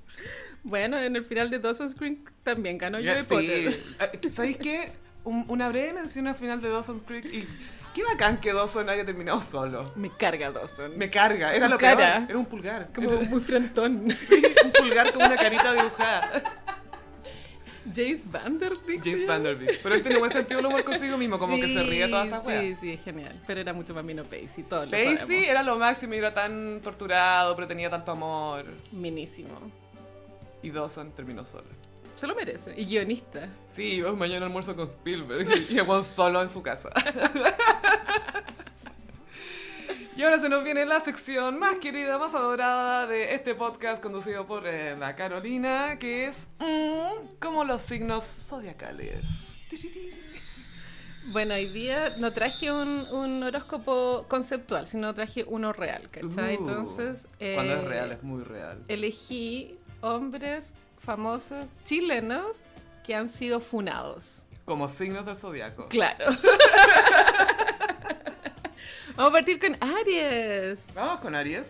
Speaker 2: Bueno, en el final de Dawson's Creek también ganó
Speaker 1: Ya,
Speaker 2: Joey Potter.
Speaker 1: Eh, ¿Sabéis qué? Un- una breve mención al final de Dawson's Creek y qué bacán que Dawson haya terminado solo.
Speaker 2: Me carga Dawson.
Speaker 1: Me carga, era
Speaker 2: Su
Speaker 1: lo
Speaker 2: cara.
Speaker 1: peor, era un pulgar.
Speaker 2: Como muy frontón.
Speaker 1: Sí, un pulgar con una carita dibujada.
Speaker 2: James Vanderbilt. se
Speaker 1: James
Speaker 2: llama.
Speaker 1: Vanderbilt. Pero él tiene buen sentido el humor consigo mismo, como que se
Speaker 2: Sí,
Speaker 1: ríe toda esa weas.
Speaker 2: Sí, sí, es genial. Pero era mucho más mino Pacey, todo lo
Speaker 1: Daisy
Speaker 2: sabemos.
Speaker 1: era lo máximo y era tan torturado, pero tenía tanto amor.
Speaker 2: Minísimo.
Speaker 1: Y Dawson terminó solo.
Speaker 2: Se lo merece. Y guionista.
Speaker 1: Sí, vamos mañana almuerzo con Spielberg y Juan solo en su casa. Y ahora se nos viene la sección más querida, más adorada de este podcast conducido por eh, la Carolina, que es mm, como los signos zodiacales.
Speaker 2: Bueno, hoy día no traje un, un horóscopo conceptual, sino traje uno real, ¿cachai?
Speaker 1: Uh,
Speaker 2: Entonces.
Speaker 1: Cuando
Speaker 2: eh,
Speaker 1: es real, es muy real.
Speaker 2: Elegí hombres famosos chilenos que han sido funados.
Speaker 1: Como signos del zodiaco.
Speaker 2: Claro. Vamos a partir con Aries.
Speaker 1: Vamos con Aries.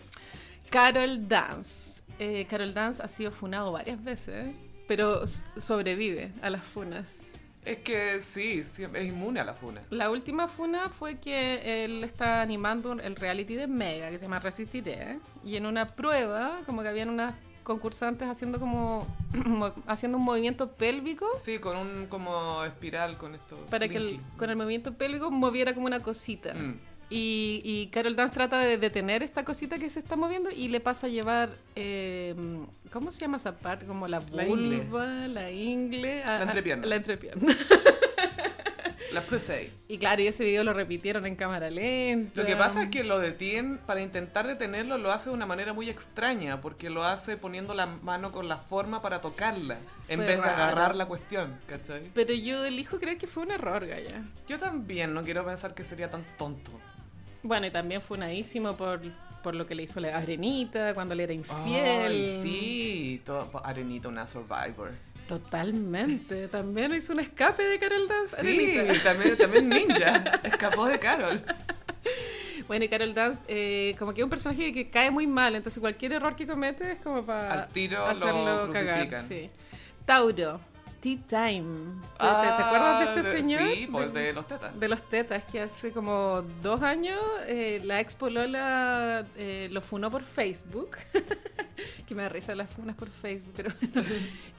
Speaker 2: Carol Dance. Eh, Carol Dance ha sido funado varias veces, pero s- sobrevive a las funas.
Speaker 1: Es que sí, sí, es inmune a la funa.
Speaker 2: La última funa fue que él está animando un- el reality de Mega, que se llama Resistiré, y en una prueba, como que habían unas concursantes haciendo como mo- haciendo un movimiento pélvico
Speaker 1: Sí, con un como espiral con esto.
Speaker 2: para que el-
Speaker 1: slinky.
Speaker 2: con el movimiento pélvico moviera como una cosita.
Speaker 1: Mm.
Speaker 2: Y, y Carol Dance trata de detener esta cosita que se está moviendo y le pasa a llevar, eh, ¿cómo se llama esa parte? Como la
Speaker 1: La ingle.
Speaker 2: vulva, la ingle. a-
Speaker 1: La entrepierna.
Speaker 2: a- la entrepierna.
Speaker 1: La pussy.
Speaker 2: Y claro, y ese video lo repitieron en cámara lenta.
Speaker 1: Lo que pasa es que lo detienen, para intentar detenerlo, lo hace de una manera muy extraña, porque lo hace poniendo la mano con la forma para tocarla, en
Speaker 2: Fue
Speaker 1: vez de
Speaker 2: raro.
Speaker 1: agarrar la cuestión, ¿cachai?
Speaker 2: Pero yo elijo creer que fue un error, Gaya.
Speaker 1: Yo también no quiero pensar que sería tan tonto.
Speaker 2: Bueno, y también fue unadísimo por, por lo que le hizo la Arenita cuando le era infiel.
Speaker 1: Ay, sí, todo, po- Arenita, una survivor.
Speaker 2: Totalmente. También hizo un escape de Carol Dance.
Speaker 1: Sí,
Speaker 2: Arenita.
Speaker 1: también, también ninja, escapó de Carol.
Speaker 2: Bueno, y Carol Dance, eh, como que es un personaje que cae muy mal, entonces cualquier error que comete es como para
Speaker 1: Al tiro lo crucifican.
Speaker 2: sí. Tauro, Tea Time. ¿Tú- ¿Te, te acuerdas de este
Speaker 1: Ah,
Speaker 2: señor?
Speaker 1: Sí, por el de los tetas.
Speaker 2: de los tetas, que hace como dos años eh, la ex Polola eh, lo funó por Facebook. que me da risa las funas por Facebook, pero bueno.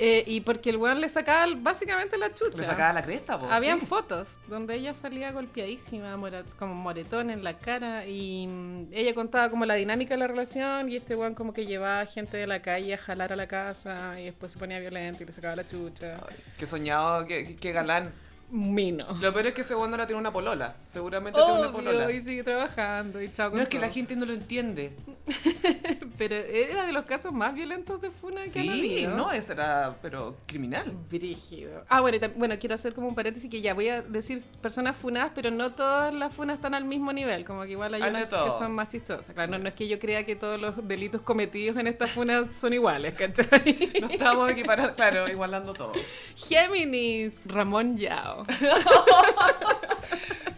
Speaker 2: Eh, y porque el weón le sacaba básicamente la chucha.
Speaker 1: Le sacaba la cresta, po.
Speaker 2: Habían
Speaker 1: sí.
Speaker 2: fotos donde ella salía golpeadísima, mora- como moretón en la cara, y mm, ella contaba como la dinámica de la relación, y este weón como que llevaba gente de la calle a jalar a la casa, y después se ponía violento y le sacaba la chucha.
Speaker 1: Ay, Qué soñado, qué, qué- qué galán.
Speaker 2: Mino.
Speaker 1: Lo peor es que ese guando ahora tiene una polola. Seguramente tiene una polola.
Speaker 2: Obvio, y sigue trabajando, y chao con
Speaker 1: No es que
Speaker 2: todo.
Speaker 1: la gente no lo entiende.
Speaker 2: Pero era de los casos más violentos de Funa que han
Speaker 1: Sí,
Speaker 2: habido.
Speaker 1: no, ese era, pero criminal.
Speaker 2: Brígido. Ah, bueno, y tam- bueno, quiero hacer como un paréntesis que ya voy a decir personas funadas, pero no todas las funas están al mismo nivel, como que igual hay
Speaker 1: Hay de
Speaker 2: unas que
Speaker 1: todo.
Speaker 2: son más chistosas. Claro, no, no es que yo crea que todos los delitos cometidos en estas funas son iguales, ¿cachai?
Speaker 1: No estamos equiparando, claro, igualando todo.
Speaker 2: Géminis, Ramón Yao.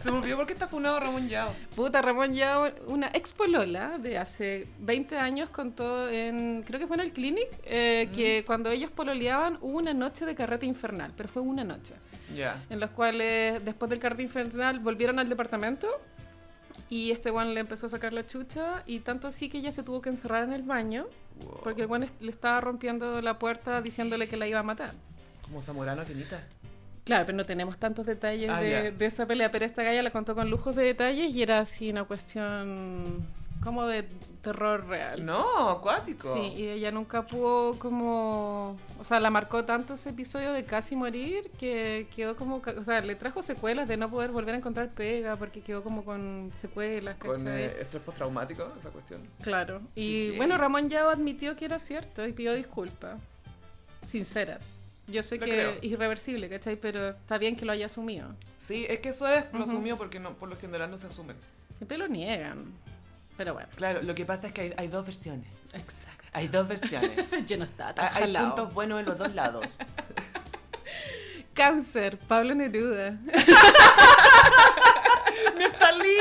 Speaker 1: Se me olvidó por qué está funado Ramón Yao.
Speaker 2: Puta, Ramón Yao, una ex polola de hace 20 años contó en, creo que fue en el Clinic, eh,
Speaker 1: Mm.
Speaker 2: que cuando ellos pololeaban hubo una noche de carrete infernal, pero fue una noche,
Speaker 1: Ya.
Speaker 2: en los cuales después del carrete infernal volvieron al departamento y este guan le empezó a sacar la chucha y tanto así que ella se tuvo que encerrar en el baño
Speaker 1: Wow.
Speaker 2: porque el guan est- le estaba rompiendo la puerta diciéndole que la iba a matar.
Speaker 1: Como Zamorano Quinita.
Speaker 2: Claro, pero no tenemos tantos detalles
Speaker 1: Ah,
Speaker 2: de,
Speaker 1: ya.
Speaker 2: de esa pelea, pero esta galla la contó con lujos de detalles y era así una cuestión como de terror real.
Speaker 1: No, acuático.
Speaker 2: Sí, y ella nunca pudo como... O sea, la marcó tanto ese episodio de casi morir que quedó como... ca- O sea, le trajo secuelas de no poder volver a encontrar pega porque quedó como con secuelas,
Speaker 1: Con
Speaker 2: ¿cachai?
Speaker 1: eh, estrés postraumático, esa cuestión.
Speaker 2: Claro. Y
Speaker 1: heavy.
Speaker 2: bueno, Ramón ya admitió que era cierto y pidió disculpas. Sinceras. Yo sé
Speaker 1: Lo
Speaker 2: que
Speaker 1: creo.
Speaker 2: es irreversible, ¿cachai? Pero está bien que lo haya asumido.
Speaker 1: Sí, es que eso es, lo
Speaker 2: Ujú.
Speaker 1: asumió porque no, por lo general no se asumen.
Speaker 2: Siempre lo niegan. Pero bueno.
Speaker 1: Claro, lo que pasa es que hay, hay dos versiones.
Speaker 2: Exacto.
Speaker 1: Hay dos versiones.
Speaker 2: Yo no estaba tan
Speaker 1: hay, hay
Speaker 2: jalado.
Speaker 1: puntos buenos en los dos lados.
Speaker 2: Cáncer, Pablo Neruda.
Speaker 1: ¡Neftalí!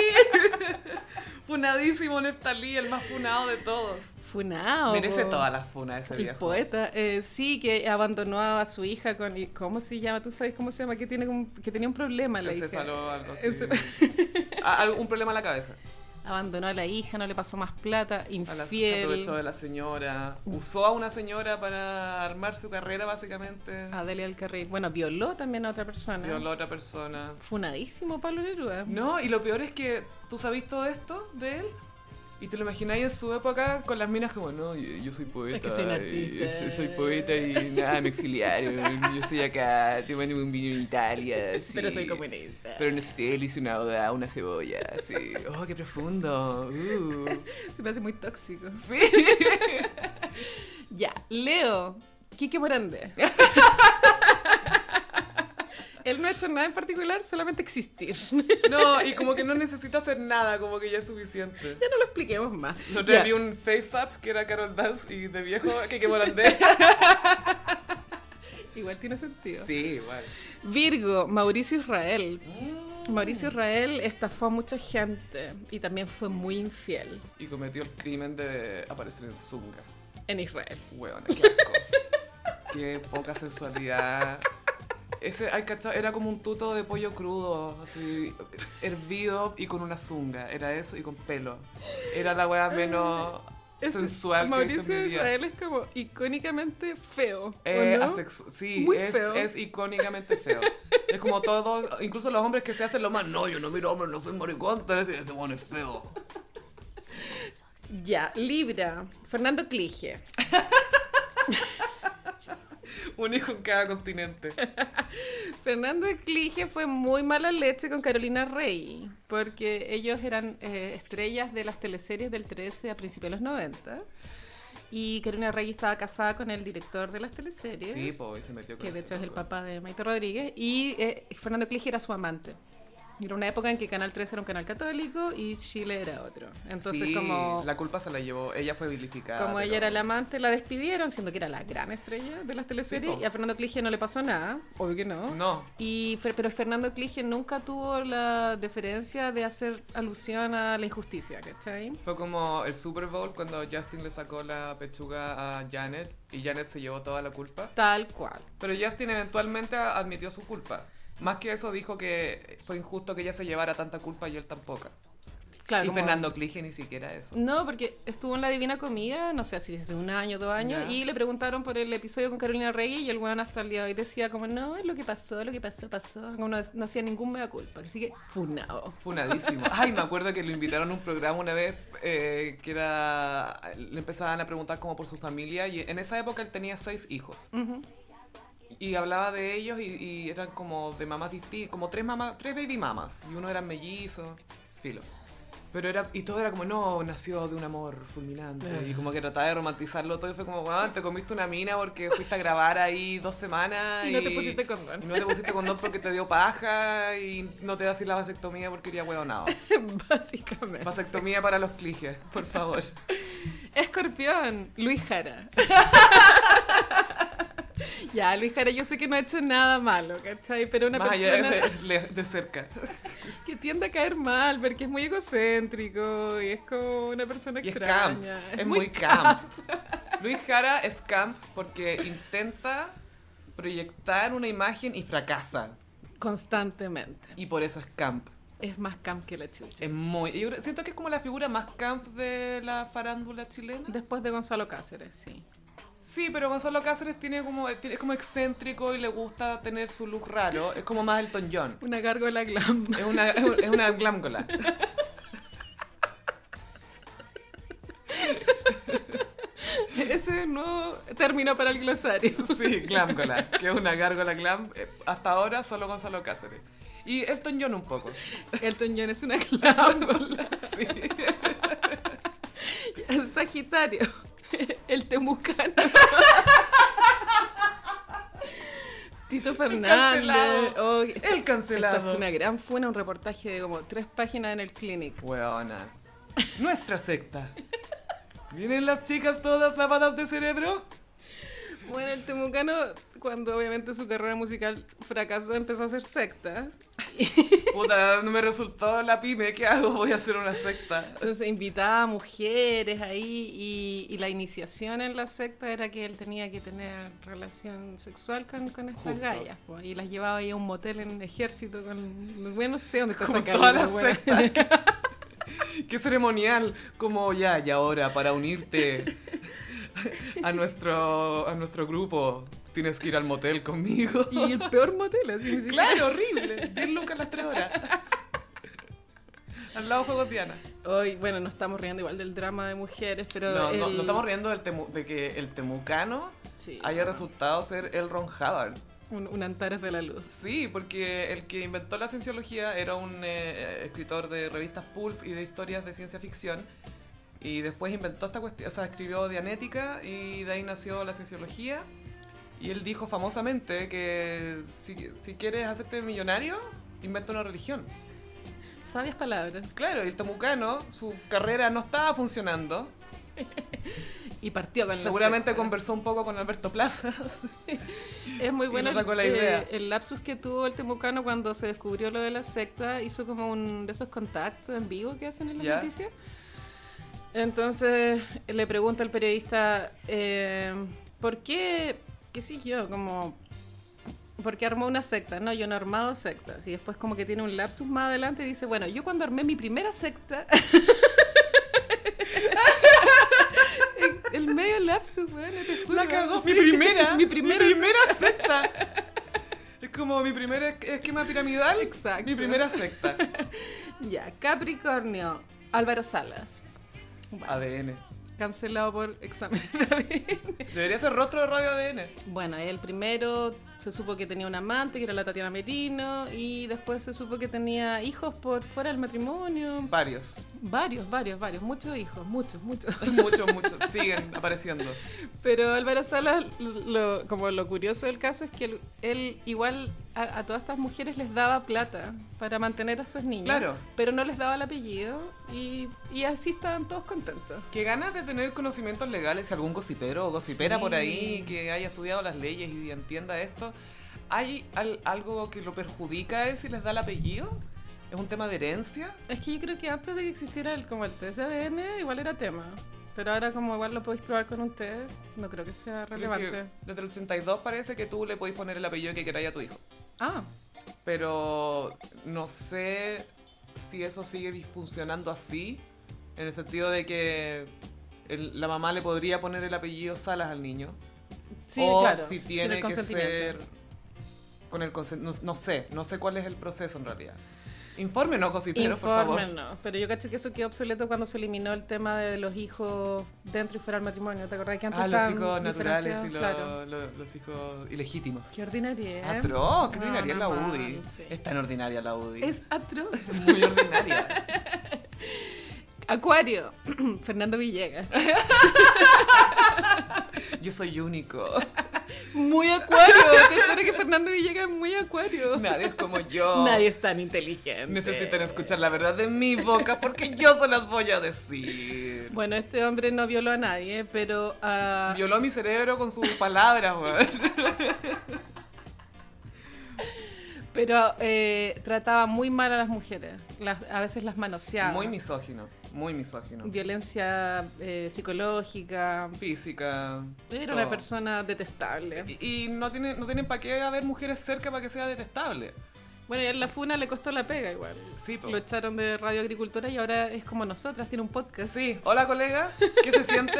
Speaker 1: Funadísimo Neftalí, el más funado de todos.
Speaker 2: Funao.
Speaker 1: Merece
Speaker 2: po.
Speaker 1: todas las funas ese
Speaker 2: El
Speaker 1: viejo.
Speaker 2: poeta, eh, sí, que abandonó a su hija con... ¿y ¿Cómo se llama? ¿Tú sabes cómo se llama? Que, tiene un- que tenía un problema la hija.
Speaker 1: Encéfalo, algo así.
Speaker 2: Ence-
Speaker 1: A- algún problema en la cabeza.
Speaker 2: Abandonó a la hija, no le pasó más plata,
Speaker 1: A la- se
Speaker 2: infiel.
Speaker 1: aprovechó de la señora. Usó a una señora para armar su carrera, básicamente.
Speaker 2: A Delia del Carril. Bueno, violó también a otra persona.
Speaker 1: Violó a otra persona.
Speaker 2: Funadísimo Pablo Neruda.
Speaker 1: No, y lo peor es que tú sabes todo esto de él y te lo imagináis en su época con las minas como, no, yo, yo soy poeta.
Speaker 2: Es que soy un
Speaker 1: y-
Speaker 2: artista.
Speaker 1: y- soy poeta y nada, me exiliaron. yo estoy acá tomándome un vino en Italia. sí.
Speaker 2: Pero soy comunista.
Speaker 1: Pero no sé, le hice una oda a una cebolla, así. Oh, qué profundo. uh.
Speaker 2: Se me hace muy tóxico.
Speaker 1: Sí.
Speaker 2: Ya, Leo, Quique Morande. Él no ha hecho nada en particular, solamente existir. ya
Speaker 1: No, y como que no necesita hacer nada, como que ya es suficiente.
Speaker 2: no lo expliquemos más.
Speaker 1: No te
Speaker 2: Ya.
Speaker 1: vi un face up que era Carol Dance y de viejo que quemorandé.
Speaker 2: Igual tiene sentido.
Speaker 1: Sí, igual.
Speaker 2: Virgo, Mauricio Israel.
Speaker 1: Mm.
Speaker 2: Mauricio Israel estafó a mucha gente y también fue muy infiel
Speaker 1: Y cometió el crimen de aparecer en Zunga.
Speaker 2: en Israel.
Speaker 1: Huevona, qué asco. Qué poca sensualidad. Ese, ay, cachao, era como un tuto de pollo crudo, así, hervido y con una zunga. Era eso y con pelo. Era la wea menos
Speaker 2: Es-
Speaker 1: sensual que he visto
Speaker 2: Ah, Mauricio
Speaker 1: en mi vida.
Speaker 2: Israel es como icónicamente feo. ¿o
Speaker 1: Eh,
Speaker 2: no?
Speaker 1: asexu- sí,
Speaker 2: Muy
Speaker 1: es,
Speaker 2: feo.
Speaker 1: es icónicamente feo. es como todos, incluso los hombres que se hacen lo más, no, yo no miro hombres, no soy maricón, tal vez este bueno es feo.
Speaker 2: Ya, Libra, Fernando Clige.
Speaker 1: Un hijo en cada continente.
Speaker 2: Fernando Clige fue muy mala leche con Carolina Rey, porque ellos eran eh, estrellas de las teleseries del 13 a principios de los 90. Y Carolina Rey estaba casada con el director de las teleseries,
Speaker 1: Sí, pues, se metió con
Speaker 2: que de
Speaker 1: este
Speaker 2: hecho es el
Speaker 1: loco.
Speaker 2: papá de Maite Rodríguez, y eh, Fernando Clige era su amante. Era una época en que Canal 13 era un canal católico y Chile era otro. Entonces,
Speaker 1: sí,
Speaker 2: como,
Speaker 1: la culpa se la llevó, ella fue vilificada.
Speaker 2: como
Speaker 1: pero-
Speaker 2: ella era la amante, la despidieron, siendo que era la gran estrella de las teleseries,
Speaker 1: po.
Speaker 2: y a Fernando Clige no le pasó nada, obvio que
Speaker 1: No,
Speaker 2: Y, Fer- pero Fernando Clige nunca tuvo la deferencia de hacer alusión a la injusticia, ¿cachai?
Speaker 1: fue como el Super Bowl cuando Justin le sacó la pechuga a Janet y Janet se llevó toda la culpa.
Speaker 2: Tal cual.
Speaker 1: Pero Justin eventualmente admitió su culpa. Más que eso dijo que fue injusto que ella se llevara tanta culpa y él tan poca.
Speaker 2: Claro,
Speaker 1: y
Speaker 2: como-
Speaker 1: Fernando Clige ni siquiera eso.
Speaker 2: No, porque estuvo en la Divina Comida, no sé si hace un año, dos años,
Speaker 1: Ya.
Speaker 2: y le preguntaron por el episodio con Carolina Reyes y el weón hasta el día de hoy decía como, no, es lo que pasó, lo que pasó, pasó. Como no, no hacía ningún mea culpa, así que funado.
Speaker 1: Funadísimo. Ay, me acuerdo que lo invitaron a un programa una vez eh, que era. Le empezaban a preguntar como por su familia. Y en esa época él tenía seis hijos.
Speaker 2: Ujú.
Speaker 1: Y hablaba de ellos y, y eran como de mamás distintas. Como tres mamás, tres baby mamas. Y uno era mellizo. Filo. Pero era, y todo era como, no, nació de un amor fulminante. Y como que trataba de romantizarlo todo. Y fue como, weón, te comiste una mina porque fuiste a grabar ahí dos semanas.
Speaker 2: Y no te pusiste condón.
Speaker 1: No te pusiste condón porque te dio paja. Y no te das la vasectomía porque era huevonado.
Speaker 2: Básicamente.
Speaker 1: Vasectomía para los cliges, por favor.
Speaker 2: Escorpión, Luis Jara. ya, Luis Jara, yo sé que no ha hecho nada malo, ¿cachai? Pero una
Speaker 1: Más allá
Speaker 2: persona
Speaker 1: de, de- de cerca.
Speaker 2: que tiende a caer mal porque es muy egocéntrico y es como una persona
Speaker 1: Y es
Speaker 2: extraña.
Speaker 1: camp, es muy camp. Luis Jara es camp porque intenta proyectar una imagen y fracasa.
Speaker 2: Constantemente.
Speaker 1: Y por eso es camp.
Speaker 2: Es más camp que la chucha.
Speaker 1: Es muy. yo creo- siento que es como la figura más camp de la farándula chilena.
Speaker 2: Después de Gonzalo Cáceres, sí.
Speaker 1: Sí, pero Gonzalo Cáceres tiene como, tiene- es como excéntrico y le gusta tener su look raro. Es como más Elton John.
Speaker 2: Una gárgola glam.
Speaker 1: Es una, es un- es una glámgola.
Speaker 2: Ese no término para el glosario.
Speaker 1: Sí, glámgola. Que es una gárgola glam. Eh, Hasta ahora solo Gonzalo Cáceres. Y Elton John un poco.
Speaker 2: Elton John es una glándula.
Speaker 1: Sí.
Speaker 2: Sagitario. El temucano. Tito Fernández.
Speaker 1: cancelado.
Speaker 2: Oh,
Speaker 1: El
Speaker 2: esta fue
Speaker 1: cancelado.
Speaker 2: una gran funa, un reportaje de como tres páginas en el clinic.
Speaker 1: Weona. Nuestra secta. ¿Vienen las chicas todas lavadas de cerebro?
Speaker 2: Bueno, el temucano, cuando obviamente su carrera musical fracasó, empezó a hacer sectas.
Speaker 1: Puta, no me resultó la pyme. ¿Qué hago? Voy a hacer una secta.
Speaker 2: Entonces invitaba a mujeres ahí y, y la iniciación en la secta era que él tenía que tener relación sexual con, con estas
Speaker 1: Justo.
Speaker 2: gallas. po, y las llevaba ahí a un motel en ejército con... Bueno, no sé dónde está
Speaker 1: Como
Speaker 2: esa
Speaker 1: todas
Speaker 2: cabra,
Speaker 1: las
Speaker 2: bueno.
Speaker 1: sectas. Qué ceremonial, como ya, y ahora para unirte a nuestro, a nuestro grupo tienes que ir al motel conmigo.
Speaker 2: Y el peor motel, así ni siquiera-
Speaker 1: Claro, horrible. 10 lucas las 3 horas. Al lado juegos Diana.
Speaker 2: Hoy, bueno, no estamos riendo igual del drama de mujeres, pero...
Speaker 1: No, no,
Speaker 2: el-
Speaker 1: no estamos riendo del temu- de que el temucano
Speaker 2: Sí,
Speaker 1: haya resultado ser el Ron Hubbard.
Speaker 2: un, un Antares de la Luz.
Speaker 1: Sí, porque el que inventó la cienciología era un eh, escritor de revistas pulp y de historias de ciencia ficción. Y después inventó esta cuestión, o sea, escribió Dianética y de ahí nació la cienciología. Y él dijo famosamente que si, si quieres hacerte millonario, inventa una religión.
Speaker 2: Sabias palabras.
Speaker 1: Claro, y el temucano, su carrera no estaba funcionando.
Speaker 2: Y partió con la
Speaker 1: Seguramente
Speaker 2: secta.
Speaker 1: conversó un poco con Alberto Plaza.
Speaker 2: Es muy
Speaker 1: Y
Speaker 2: bueno
Speaker 1: nos sacó la
Speaker 2: eh,
Speaker 1: idea.
Speaker 2: el lapsus que tuvo el temucano cuando se descubrió lo de la secta, hizo como un de esos contactos en vivo que hacen en las
Speaker 1: Ya.
Speaker 2: noticias. Entonces le pregunta al periodista, eh, ¿por qué, qué sé yo, como, por qué armó una secta? No, yo no he armado sectas. Y después como que tiene un lapsus más adelante y dice, bueno, yo cuando armé mi primera secta... El medio lapsus, bueno, te juro.
Speaker 1: La cagó.
Speaker 2: Sí,
Speaker 1: Mi primera.
Speaker 2: Mi primera.
Speaker 1: mi primera secta. Es como mi primer es- esquema piramidal.
Speaker 2: Exacto.
Speaker 1: Mi primera secta.
Speaker 2: Ya, Capricornio, Álvaro Salas. Bueno,
Speaker 1: ADN.
Speaker 2: cancelado por examen de ADN.
Speaker 1: Debería ser rostro de radio ADN.
Speaker 2: Bueno, el primero se supo que tenía un amante, que era la Tatiana Merino, y después se supo que tenía hijos por fuera del matrimonio.
Speaker 1: Varios.
Speaker 2: Varios, varios, varios, muchos hijos, muchos, muchos.
Speaker 1: Muchos, muchos. Siguen apareciendo.
Speaker 2: Pero Álvaro Salas, lo- como lo curioso del caso es que él, él igual a, a todas estas mujeres les daba plata para mantener a sus niños,
Speaker 1: Claro.
Speaker 2: pero no les daba el apellido y, y así estaban todos contentos.
Speaker 1: Qué ganas de tener conocimientos legales. Si algún gocipero o gocipera
Speaker 2: Sí.
Speaker 1: por ahí que haya estudiado las leyes y entienda esto, ¿hay al- algo que lo perjudica a él si les da el apellido? ¿Es un tema de herencia?
Speaker 2: Es que yo creo que antes de que existiera el, como el test de ADN, igual era tema. Pero ahora como igual lo podéis probar con un test, no creo que
Speaker 1: Creo
Speaker 2: sea
Speaker 1: que
Speaker 2: relevante.
Speaker 1: Desde el 82 parece que tú le podéis poner el apellido que queráis a tu hijo.
Speaker 2: Ah,
Speaker 1: pero no sé si eso sigue funcionando así, en el sentido de que el- la mamá le podría poner el apellido Salas al niño,
Speaker 2: sí,
Speaker 1: o
Speaker 2: claro.
Speaker 1: si
Speaker 2: sin
Speaker 1: tiene
Speaker 2: el
Speaker 1: que
Speaker 2: consentimiento.
Speaker 1: ser con el consentimiento, no, no sé, no sé cuál es el proceso en realidad. Infórmenos, cosiperos, por favor.
Speaker 2: Infórmenos. Pero yo cacho que eso quedó obsoleto cuando se eliminó el tema de los hijos dentro y fuera del matrimonio. ¿Te acordás que antes
Speaker 1: Ah, los
Speaker 2: estaban
Speaker 1: hijos naturales
Speaker 2: diferenciados?
Speaker 1: y los,
Speaker 2: Claro.
Speaker 1: los- los hijos ilegítimos.
Speaker 2: Qué ordinaria,
Speaker 1: Ah,
Speaker 2: ¿eh?
Speaker 1: pero, qué
Speaker 2: No,
Speaker 1: ordinaria es la
Speaker 2: no, mal,
Speaker 1: UDI.
Speaker 2: sí.
Speaker 1: Es tan ordinaria la UDI.
Speaker 2: Es atroz.
Speaker 1: Es muy ordinaria.
Speaker 2: Acuario, Fernando Villegas.
Speaker 1: Yo soy único.
Speaker 2: Muy acuario. Te juro que Fernando Villegas es muy acuario.
Speaker 1: Nadie es como yo.
Speaker 2: Nadie es tan inteligente.
Speaker 1: Necesitan escuchar la verdad de mi boca porque yo se las voy a decir.
Speaker 2: Bueno, este hombre no violó a nadie, pero ah,
Speaker 1: Violó mi cerebro con sus palabras, weón.
Speaker 2: Pero eh, trataba muy mal a las mujeres. Las- a veces las manoseaba.
Speaker 1: Muy misógino, muy misógino.
Speaker 2: Violencia eh, psicológica.
Speaker 1: Física.
Speaker 2: Era
Speaker 1: todo.
Speaker 2: una persona detestable.
Speaker 1: Y, y no tiene, no tienen para qué haber mujeres cerca para que sea detestable.
Speaker 2: Bueno, y en la funa le costó la pega igual.
Speaker 1: Sí, po.
Speaker 2: Lo echaron de Radio Agricultura y ahora es como nosotras, tiene un podcast.
Speaker 1: Sí, hola colega, ¿qué se siente?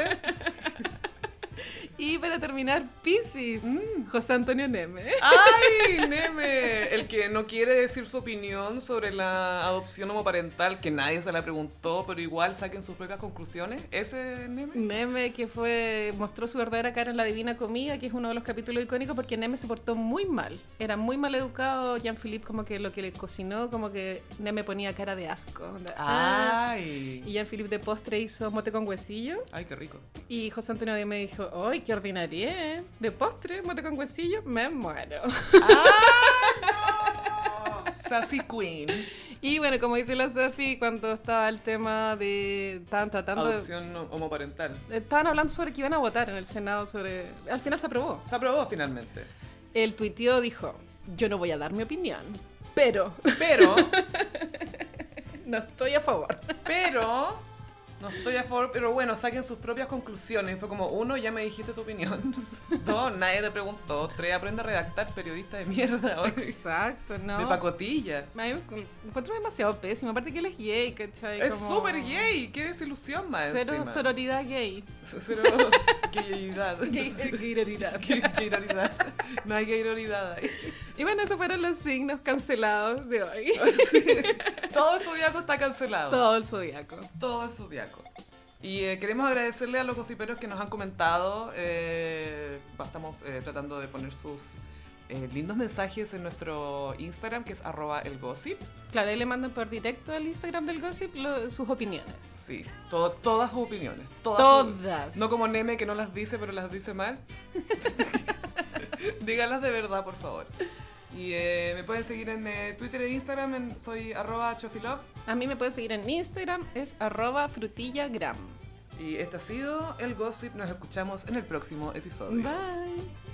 Speaker 2: Y para terminar, Pisces,
Speaker 1: Mm.
Speaker 2: José Antonio Neme.
Speaker 1: ¡Ay, Neme! El que no quiere decir su opinión sobre la adopción homoparental, que nadie se la preguntó, pero igual saquen sus propias conclusiones. ¿Ese Neme?
Speaker 2: Neme que fue mostró su verdadera cara en La Divina Comida, que es uno de los capítulos icónicos porque Neme se portó muy mal. Era muy mal educado, Jean-Philippe como que lo que le cocinó, como que Neme ponía cara de asco. onda, "Ah". Y
Speaker 1: ¡Ay!
Speaker 2: Jean-Philippe de postre hizo mote con huesillo.
Speaker 1: ¡Ay, qué rico!
Speaker 2: Y José Antonio Neme dijo, ¡ay, qué ordinarie! De postre, mote con huesillo, me muero.
Speaker 1: Ah, Sassy Queen.
Speaker 2: Y bueno, como dice la Sophie, cuando estaba el tema de... Estaban tratando de-
Speaker 1: Adopción homoparental.
Speaker 2: Estaban hablando sobre que iban a votar en el Senado sobre... Al final se aprobó.
Speaker 1: Se aprobó finalmente.
Speaker 2: El tuiteo dijo, yo no voy a dar mi opinión, pero
Speaker 1: Pero,
Speaker 2: no estoy a favor.
Speaker 1: pero, no estoy a favor, pero bueno, saquen sus propias conclusiones. Fue como, uno, ya me dijiste tu opinión. Dos, nadie te preguntó. Tres, aprende a redactar periodista de mierda. oye.
Speaker 2: Exacto, no.
Speaker 1: De pacotilla.
Speaker 2: A mí me encuentro demasiado pésimo, aparte que él es gay, ¿cachai?
Speaker 1: Es
Speaker 2: Como-
Speaker 1: súper gay, qué desilusión más
Speaker 2: Cero
Speaker 1: encima.
Speaker 2: sororidad gay.
Speaker 1: Cero gayidad.
Speaker 2: Gay- gayroridad.
Speaker 1: Gay- Gayroridad. No hay gayroridad ahí.
Speaker 2: y bueno, esos fueron los signos cancelados de hoy.
Speaker 1: Ah, Todo el zodiaco está cancelado.
Speaker 2: Todo el zodiaco.
Speaker 1: Todo el zodiaco. Y eh, queremos agradecerle a los gossiperos que nos han comentado. eh, estamos eh, tratando de poner sus eh, lindos mensajes en nuestro Instagram, que es arroba el gossip.
Speaker 2: Claro, ahí le mandan por directo al Instagram del Gossip lo- sus opiniones.
Speaker 1: Sí, todo- todas sus opiniones. Todas. sus-
Speaker 2: Todas.
Speaker 1: No como Neme que no las dice, pero las dice mal. Díganlas de verdad, por favor. Y eh, me pueden seguir en eh, Twitter e Instagram, en- soy arroba chofilove.
Speaker 2: A mí me pueden seguir en Instagram, es arroba frutillagram.
Speaker 1: Y este ha sido El Gossip, nos escuchamos en el próximo episodio.
Speaker 2: Bye.